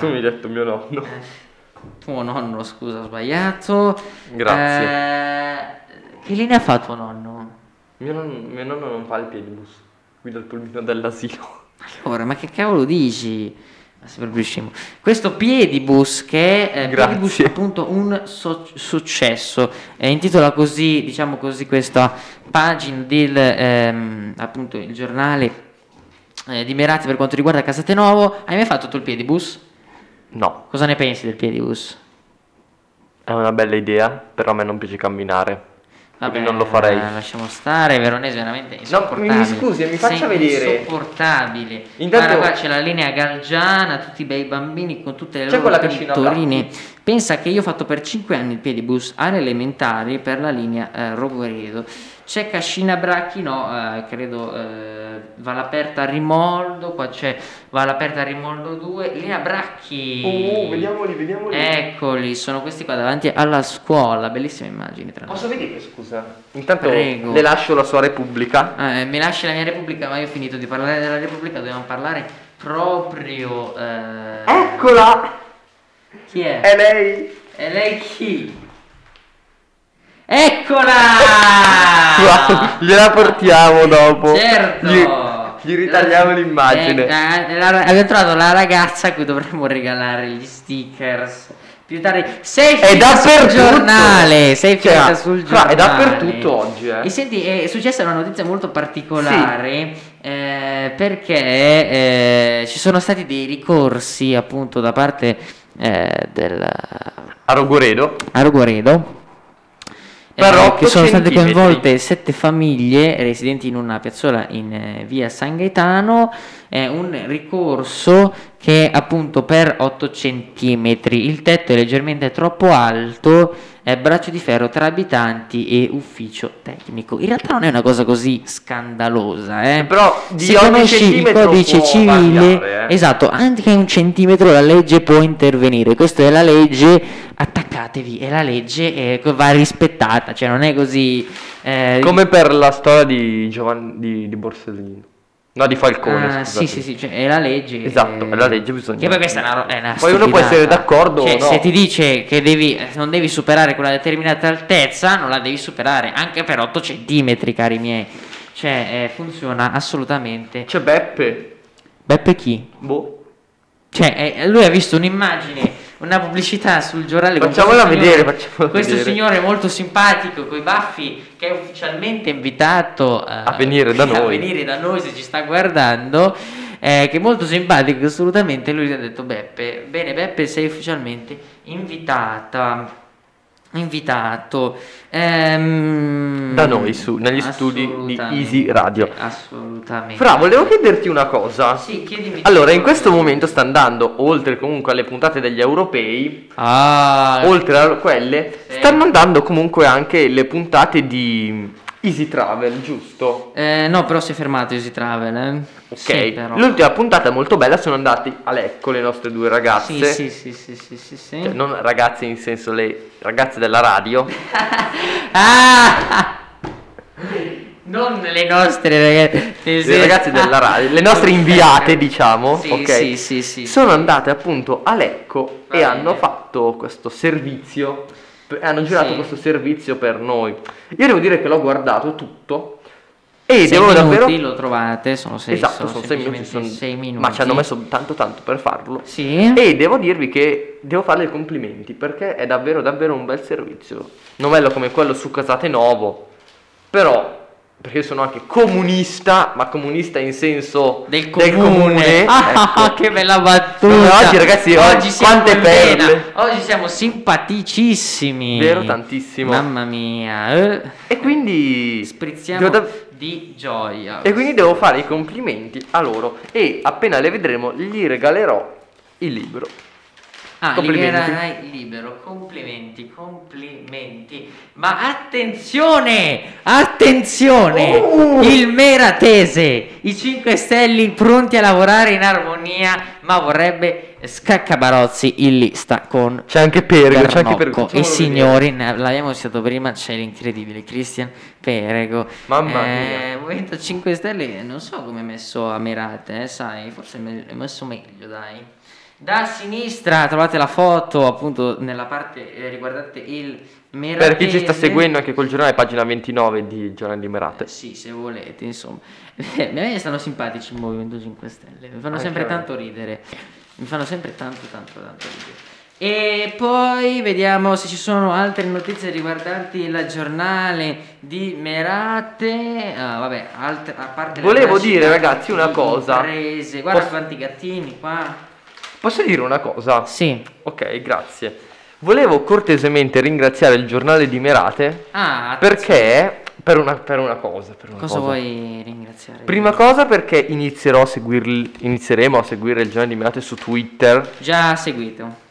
S1: Ah, tu mi hai detto mio nonno.
S2: Tuo nonno, scusa, ho sbagliato.
S1: Grazie.
S2: Eh, che linea fa tuo nonno?
S1: Mio, non- mio nonno non fa il piedibus. qui dal pulmino dell'asilo.
S2: Allora, ma che cavolo dici? Ma sei proprio scemo. Questo Piedibus, che è eh,
S1: Grazie.
S2: Piedibus, appunto un so- successo, Eh, intitola così, diciamo così, questa pagina del ehm, appunto il giornale eh, di Merati per quanto riguarda Casatenovo. Hai mai fatto tu il Piedibus?
S1: No,
S2: Cosa ne pensi del Piedibus?
S1: è una bella idea, però a me non piace camminare. Quindi non lo farei.
S2: eh, lasciamo stare, Veronese è veramente insopportabile.
S1: mi scusi, mi faccia
S2: Sei
S1: vedere.
S2: Insopportabile.
S1: Intanto-
S2: Guarda qua c'è la linea galgiana, tutti i bei bambini con tutte le
S1: C'è
S2: loro
S1: quella piscina là.
S2: pettorine. Pensa che io ho fatto per 5 anni il piedibus alle elementari per la linea eh, Roveredo. C'è Cascina Bracchi, no, eh, credo eh, Valaperta Rimoldo, qua c'è Valaperta Rimoldo 2, linea Bracchi.
S1: Oh, vediamoli, vediamoli.
S2: Eccoli, sono questi qua davanti alla scuola, bellissime immagini tra l'altro.
S1: Posso vedere, scusa? Intanto
S2: Prego.
S1: le lascio la sua Repubblica.
S2: Eh, mi lasci la mia Repubblica, ma io ho finito di parlare della Repubblica, dobbiamo parlare proprio. eh,
S1: Eccola!
S2: Chi è?
S1: È lei!
S2: E lei chi? Eccola!
S1: Wow, gliela portiamo dopo.
S2: Ah. Certo!
S1: Gli, gli ritagliamo l'immagine.
S2: Eh, eh, la- abbiamo trovato la ragazza a cui dovremmo regalare gli stickers. Più tardi. Sei
S1: È
S2: finita sul
S1: dappertutto.
S2: giornale! Sei
S1: Cioè,
S2: finita sul
S1: fra,
S2: giornale.
S1: è dappertutto oggi, eh.
S2: E senti, è successa una notizia molto particolare. eh, perché eh, ci sono stati dei ricorsi appunto da parte eh, del
S1: A Rogoredo.
S2: a Rogoredo. eh,
S1: Per otto
S2: che sono state
S1: centimetri.
S2: coinvolte sette famiglie residenti in una piazzola in eh, via San Gaetano, eh, un ricorso che è appunto per 8 centimetri, il tetto è leggermente troppo alto, è braccio di ferro tra abitanti e ufficio tecnico. In realtà non è una cosa così scandalosa, eh.
S1: Però di
S2: Se
S1: ogni
S2: conosci il
S1: centimetro
S2: codice
S1: può
S2: civile,
S1: variare, eh.
S2: esatto, anche un centimetro la legge può intervenire. Questa è la legge, attaccatevi, e la legge eh, co- va rispettata, cioè non è così. eh,
S1: Come per la storia di Giovanni di, di Borsellino. No, di Falcone.
S2: ah,
S1: scusate.
S2: sì, sì, sì, cioè, è la legge. eh,
S1: Esatto, è la legge, bisogna-
S2: Che poi questa è una, ro- è una
S1: Poi uno
S2: stupidata.
S1: può essere d'accordo o
S2: Cioè,
S1: no.
S2: Se ti dice che devi, eh, non devi superare quella determinata altezza, non la devi superare anche per 8 centimetri, cari miei. Cioè, eh, funziona assolutamente.
S1: C'è Beppe.
S2: Beppe chi?
S1: Boh.
S2: Cioè, eh, lui ha visto un'immagine, una pubblicità sul giornale. con
S1: Facciamola
S2: questo
S1: vedere,
S2: signore-
S1: facciamola
S2: Questo
S1: vedere.
S2: signore molto simpatico, coi baffi, che è ufficialmente invitato eh,
S1: A venire da
S2: a
S1: noi.
S2: venire da noi se ci sta guardando. eh, che è molto simpatico, assolutamente. Lui gli ha detto: Beppe, bene, Beppe, sei ufficialmente invitata. Invitato Ehm,
S1: Da noi, su- negli studi di Easy Radio.
S2: Assolutamente.
S1: Fra, volevo chiederti una cosa.
S2: Sì, chiedimi
S1: Allora, in
S2: tutto.
S1: questo momento sta andando, oltre comunque alle puntate degli europei,
S2: Ah,
S1: oltre a quelle,
S2: Sì.
S1: stanno andando comunque anche le puntate di Easy Travel, giusto?
S2: Eh, no, però si è fermato Easy Travel. Eh.
S1: Ok.
S2: Sì, però.
S1: L'ultima puntata molto bella, sono andati a Lecco le nostre due ragazze.
S2: Sì, sì, sì, sì, sì, sì, sì.
S1: Cioè, non ragazze in senso le ragazze della radio.
S2: Ah! Non le nostre ragazze.
S1: Le ragazze della radio, le nostre inviate, diciamo,
S2: Sì,
S1: ok?
S2: sì, sì, sì.
S1: sono andate appunto a Lecco
S2: Va
S1: e
S2: bene.
S1: hanno fatto questo servizio. p- Hanno girato
S2: Sì.
S1: questo servizio per noi. Io devo dire che l'ho guardato tutto. E
S2: Sei
S1: devo
S2: minuti
S1: davvero.
S2: lo trovate, sono sei,
S1: esatto, sono sei minuti,
S2: semplicemente
S1: sono-
S2: sei minuti.
S1: Ma ci hanno messo tanto tanto per farlo.
S2: Sì.
S1: E devo dirvi che devo farle i complimenti perché è davvero davvero un bel servizio. Non bello come quello su Casate Novo, però perché sono anche comunista, ma comunista in senso
S2: Del comune, Ah,
S1: ecco.
S2: che bella battuta!
S1: Come oggi, ragazzi, oggi
S2: siamo
S1: quante
S2: in vena.
S1: perle.
S2: Oggi siamo simpaticissimi!
S1: Vero, tantissimo.
S2: Mamma mia! eh.
S1: E quindi
S2: Sprizziamo
S1: devo dav-
S2: di gioia.
S1: e quindi devo fare i complimenti a loro e appena le vedremo gli regalerò il libro.
S2: Ah,
S1: Complimenti.
S2: liberai libero. Complimenti, complimenti. Ma attenzione! Attenzione!
S1: Oh!
S2: Il Meratese! I 5 Stelle pronti a lavorare in armonia, ma vorrebbe Scaccabarozzi in lista con
S1: C'è anche Perego, c'è anche Perego.
S2: Bernocco.
S1: Facciamolo
S2: E
S1: vedere.
S2: signori, ne- l'abbiamo citato prima, c'è l'incredibile Christian Perego.
S1: Mamma
S2: Eh, Movimento 5 Stelle, non so come è messo a Merate, eh, sai, forse è me- è messo meglio, dai. Da sinistra trovate la foto appunto nella parte eh, riguardate il Merate.
S1: Per chi ci sta seguendo anche col giornale, pagina 29 di Giornale di Merate.
S2: Sì, se volete, insomma. A me stanno simpatici il Movimento 5 Stelle, mi fanno
S1: Anche
S2: sempre
S1: a me.
S2: tanto ridere. Mi fanno sempre tanto, tanto, tanto ridere. E poi vediamo se ci sono altre notizie riguardanti il giornale di Merate. Ah, vabbè, alt- a parte le
S1: Volevo
S2: classiche
S1: dire, ragazzi, una
S2: di
S1: cosa.
S2: imprese. Guarda
S1: Posso-
S2: quanti gattini qua.
S1: Posso dire una cosa?
S2: Sì.
S1: Ok, grazie. Volevo cortesemente ringraziare il giornale di Merate
S2: Ah,
S1: perché per una, per una cosa. per una
S2: cosa, vuoi ringraziare?
S1: Prima cosa perché inizierò a seguirl- inizieremo a seguire il giornale di Merate su Twitter.
S2: Già seguito.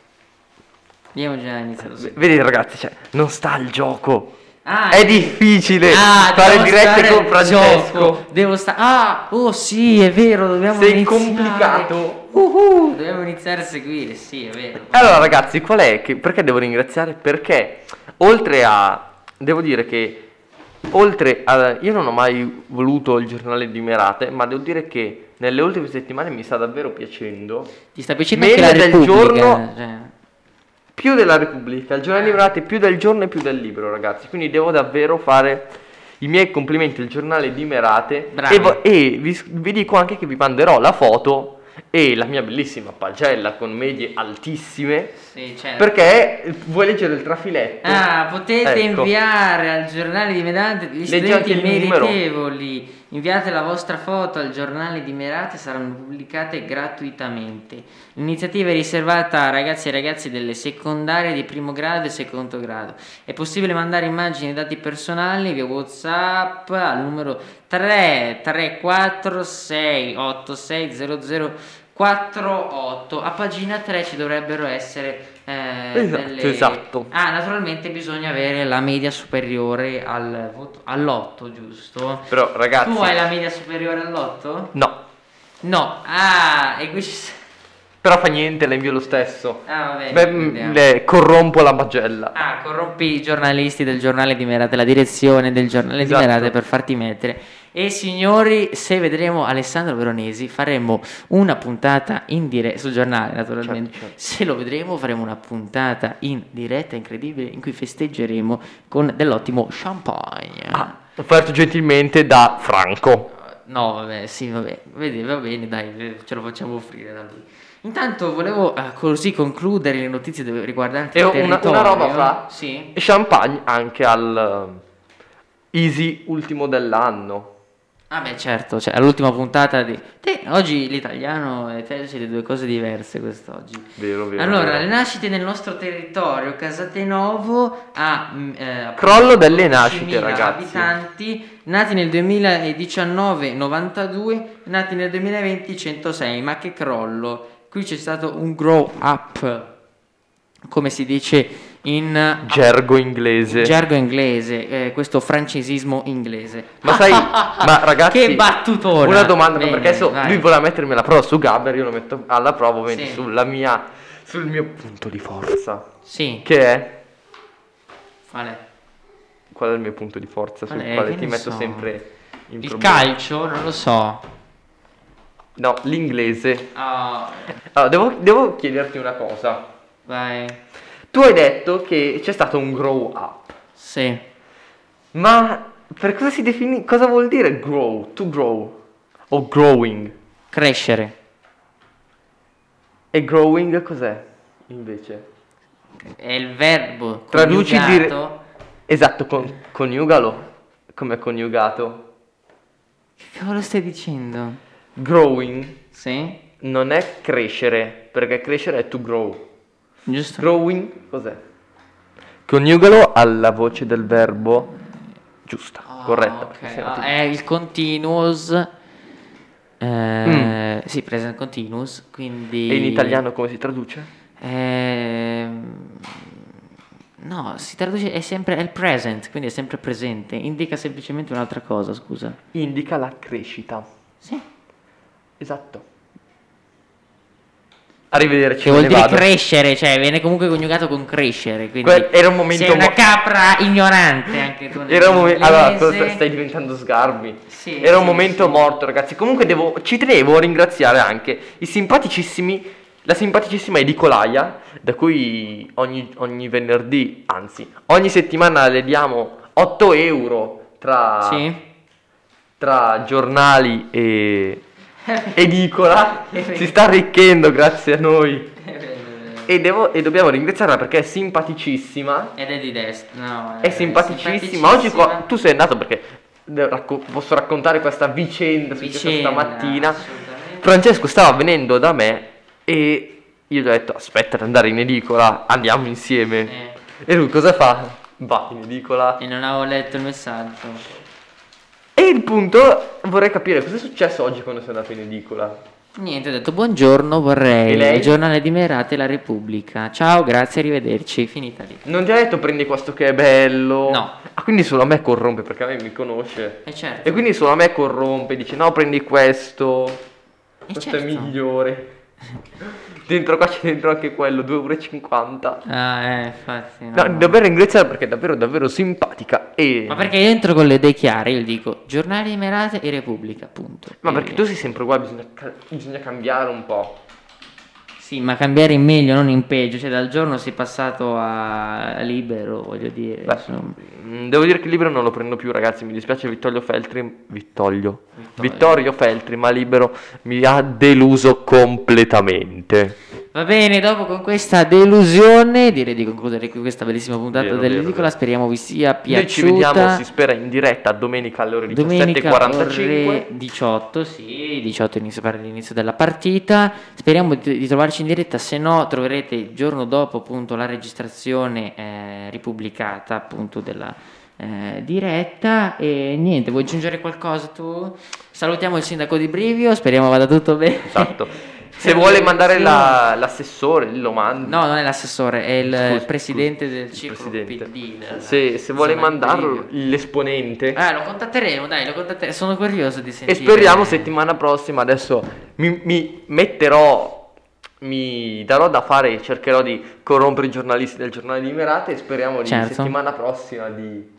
S2: Abbiamo già iniziato. a
S1: V-
S2: seguire.
S1: Vedi ragazzi, cioè, non sta al gioco.
S2: Ah,
S1: È difficile
S2: Ah,
S1: fare
S2: devo
S1: dirette
S2: stare
S1: con
S2: al
S1: Francesco.
S2: gioco, Devo stare. Ah, oh sì, è vero, dobbiamo
S1: Sei
S2: iniziare. Uhuh.
S1: complicato. Ah,
S2: Uhu, dobbiamo iniziare a seguire, sì, è vero.
S1: Allora ragazzi, qual è che- perché devo ringraziare? Perché oltre a devo dire che oltre a io non ho mai voluto il giornale di Merate, ma devo dire che nelle ultime settimane mi sta davvero piacendo
S2: Ti sta piacendo
S1: Meglio
S2: anche la
S1: del
S2: Repubblica,
S1: giorno-
S2: cioè.
S1: più della Repubblica, il giornale di Merate più del giorno e più del libro, ragazzi. Quindi devo davvero fare i miei complimenti al giornale di Merate
S2: Bravi.
S1: e, vo- e vi, vi dico anche che vi manderò la foto e la mia bellissima pagella con medie altissime.
S2: Sì, certo.
S1: Perché vuoi leggere il trafiletto?
S2: Ah, potete
S1: Ecco.
S2: inviare al giornale di Merate gli
S1: Leggi anche
S2: studenti
S1: il numero.
S2: meritevoli. Inviate la vostra foto al giornale di Merate, saranno pubblicate gratuitamente. L'iniziativa è riservata a ragazzi e ragazze delle secondarie di primo grado e secondo grado. È possibile mandare immagini e dati personali via WhatsApp al numero 3346860048. A pagina 3 ci dovrebbero essere eh,
S1: Esatto,
S2: delle-
S1: esatto.
S2: Ah, naturalmente bisogna avere la media superiore al voto, all'8, giusto?
S1: Però ragazzi,
S2: Tu hai la media superiore all'8?
S1: no,
S2: No. Ah, e qui ci s-
S1: però fa niente, la invio lo stesso.
S2: Ah, vabbè.
S1: Beh,
S2: vediamo.
S1: mh, le- corrompo la pagella.
S2: Ah, corrompi i giornalisti del giornale di Merate, la direzione del giornale
S1: Esatto.
S2: di Merate per farti mettere. E signori, se vedremo Alessandro Veronesi faremo una puntata in diretta sul giornale, naturalmente.
S1: Certo, certo.
S2: Se lo vedremo faremo una puntata in diretta incredibile in cui festeggeremo con dell'ottimo champagne.
S1: Ah, offerto gentilmente da Franco.
S2: No, vabbè, sì, vabbè, vedi, va bene, dai, eh, ce lo facciamo offrire da lui. Intanto volevo eh, così concludere le notizie dove- riguardanti
S1: E
S2: il
S1: una- una
S2: territorio.
S1: roba fa?
S2: Sì.
S1: Champagne anche al eh, Easy ultimo dell'anno.
S2: Ah beh certo, cioè all'ultima puntata di... Te, oggi l'italiano e te siete due cose diverse quest'oggi.
S1: Vero, vero.
S2: Allora,
S1: vero.
S2: le nascite nel nostro territorio, Casatenovo ha... mm, eh, appunto,
S1: Crollo delle nascite,
S2: 12.000
S1: ragazzi.
S2: abitanti, nati nel 2019 92, nati nel 2020 106, ma che crollo. Qui c'è stato un grow up, come si dice in
S1: Gergo inglese.
S2: gergo inglese, eh, questo francesismo inglese.
S1: ma sai, ma ragazzi,
S2: che battutona!
S1: Una domanda,
S2: Bene,
S1: perché adesso
S2: vai.
S1: lui voleva mettermi alla prova su Gabber, io lo metto alla prova ovviamente
S2: Sì.
S1: sulla mia, sul mio punto di forza.
S2: Sì,
S1: Che è?
S2: qual è?
S1: Qual è il mio punto di forza sul
S2: Qual è?
S1: quale
S2: Che
S1: ti
S2: ne
S1: metto
S2: so.
S1: sempre in
S2: Il
S1: problema?
S2: calcio? Non lo so.
S1: No, l'inglese.
S2: Ah,
S1: Allora, devo, devo chiederti una cosa.
S2: vai.
S1: Tu hai detto che c'è stato un grow up,
S2: Sì.
S1: ma per cosa si definisce? Cosa vuol dire grow? To grow o growing?
S2: Crescere.
S1: E growing cos'è invece?
S2: È il verbo
S1: Traduci
S2: coniugato.
S1: Esatto, con- coniugalo come coniugato.
S2: Che cavolo stai dicendo?
S1: Growing
S2: Sì?
S1: non è crescere, perché crescere è to grow.
S2: Giusto.
S1: Growing cos'è? Coniugalo alla voce del verbo giusta,
S2: Ah,
S1: corretta.
S2: ok.
S1: perché sennò
S2: Ah,
S1: ti-
S2: è il continuous. Eh, Sì, present continuous. Quindi...
S1: E Mm. in italiano come si traduce?
S2: Ehm, No, si traduce è sempre è il present, quindi è sempre presente. Indica semplicemente un'altra cosa, scusa.
S1: Indica la crescita.
S2: Sì.
S1: Esatto. Arrivederci.
S2: Che
S1: me
S2: vuol
S1: ne
S2: dire
S1: vado.
S2: crescere, cioè viene comunque coniugato con crescere. Quindi
S1: Que- era un momento
S2: Sei una
S1: mo-
S2: capra ignorante anche tu.
S1: Era un momento. Allora, tu
S2: nell'inglese.
S1: st- stai diventando sgarbi.
S2: Sì,
S1: Era un
S2: sì,
S1: momento
S2: sì.
S1: morto, ragazzi. Comunque devo- ci tenevo a ringraziare anche i simpaticissimi La simpaticissima edicolaia, da cui ogni, ogni venerdì, anzi, ogni settimana le diamo 8 euro tra,
S2: Sì.
S1: tra giornali e edicola, si sta arricchendo grazie a noi. E, devo- e dobbiamo ringraziarla perché è simpaticissima.
S2: Ed è di destra. No, eh,
S1: È simpaticissima. Oggi qua tu sei andato perché de- racco- posso raccontare questa vicenda successa
S2: Vicenda,
S1: stamattina.
S2: assolutamente.
S1: Francesco stava venendo da me e io gli ho detto aspetta di andare in edicola, andiamo insieme.
S2: Eh,
S1: E lui cosa fa? Va in edicola.
S2: e Eh, non avevo letto il messaggio.
S1: E il punto vorrei capire cosa è successo oggi quando sei andato in edicola.
S2: Niente, ho detto buongiorno, vorrei
S1: E lei?
S2: il giornale di Merate e la Repubblica. Ciao, grazie, arrivederci. Finita lì.
S1: Non ti ha detto prendi questo che è bello?
S2: No.
S1: Ah, quindi solo a me corrompe perché a me mi conosce.
S2: E certo.
S1: E quindi solo a me corrompe, dice no prendi questo,
S2: E
S1: questo è
S2: certo.
S1: migliore. dentro qua c'è dentro anche quello, 2,50€.
S2: Ah, eh, infatti. no,
S1: No,
S2: no.
S1: davvero ringraziarla perché è davvero davvero simpatica e...
S2: Ma perché entro con le idee chiare? Io dico giornale di Merate e Repubblica, punto. Eh,
S1: Ma
S2: E
S1: perché
S2: via.
S1: tu sei sempre qua, bisogna, ca- bisogna cambiare un po'.
S2: Sì, ma cambiare in meglio, non in peggio. Cioè, dal giorno sei passato a libero, voglio dire.
S1: Beh,
S2: insomma.
S1: mm, Devo dire che il libro non lo prendo più, ragazzi. Mi dispiace Vittorio Feltri. Vittorio.
S2: Vittorio.
S1: Vittorio Feltri, ma libero mi ha deluso completamente.
S2: Va bene, dopo con questa delusione direi di concludere qui questa bellissima puntata
S1: Vero, vero,
S2: dell'edicola.
S1: vero.
S2: Speriamo vi sia
S1: Noi ci
S2: piaciuta.
S1: vediamo, si spera, in diretta domenica alle ore
S2: Domenica
S1: 17.45.
S2: ore 18, sì, 18 inizio per l'inizio della partita. Speriamo di, di trovarci in diretta, se no troverete il giorno dopo appunto la registrazione eh, ripubblicata appunto della eh, diretta e niente, vuoi aggiungere qualcosa tu? Salutiamo il sindaco di Brivio, speriamo vada tutto bene.
S1: Esatto. Se vuole mandare la- l'assessore, lo manda.
S2: No, non è l'assessore, è il
S1: Scusi,
S2: presidente
S1: scusi,
S2: del
S1: il
S2: circolo
S1: presidente.
S2: PD. della
S1: se, se vuole
S2: zona di
S1: mandarlo,
S2: Brivio.
S1: l'esponente.
S2: Ah, lo contatteremo, dai, lo contatteremo. Sono curioso di
S1: E
S2: sentire.
S1: speriamo settimana prossima. Adesso mi, mi metterò, mi darò da fare e cercherò di corrompere i giornalisti del giornale di Merate. E speriamo di
S2: Certo.
S1: settimana prossima di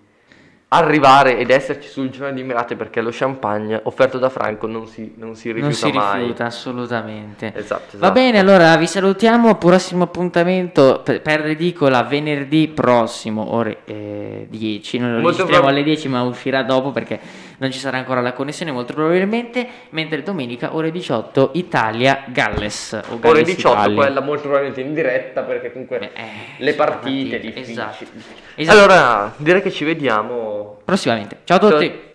S1: arrivare ed esserci sul giornale di Merate perché lo champagne offerto da Franco non si, non si rifiuta
S2: Non si
S1: mai.
S2: rifiuta, assolutamente.
S1: Esatto, esatto.
S2: Va bene, allora vi salutiamo. Prossimo appuntamento per, per Ridicola venerdì prossimo, ore eh, 10. Noi lo
S1: Molto
S2: registriamo
S1: prob-
S2: alle 10, ma uscirà dopo perché non ci sarà ancora la connessione, molto probabilmente. Mentre domenica, ore 18, Italia-Galles. o
S1: Ore
S2: Galles-Italia.
S1: 18, quella molto probabilmente in diretta perché comunque
S2: Beh, eh,
S1: le partite
S2: sì, partite,
S1: difficili.
S2: esatto. Esatto.
S1: Allora, direi che ci vediamo
S2: Prossimamente. Ciao a tutti.
S1: Ciao.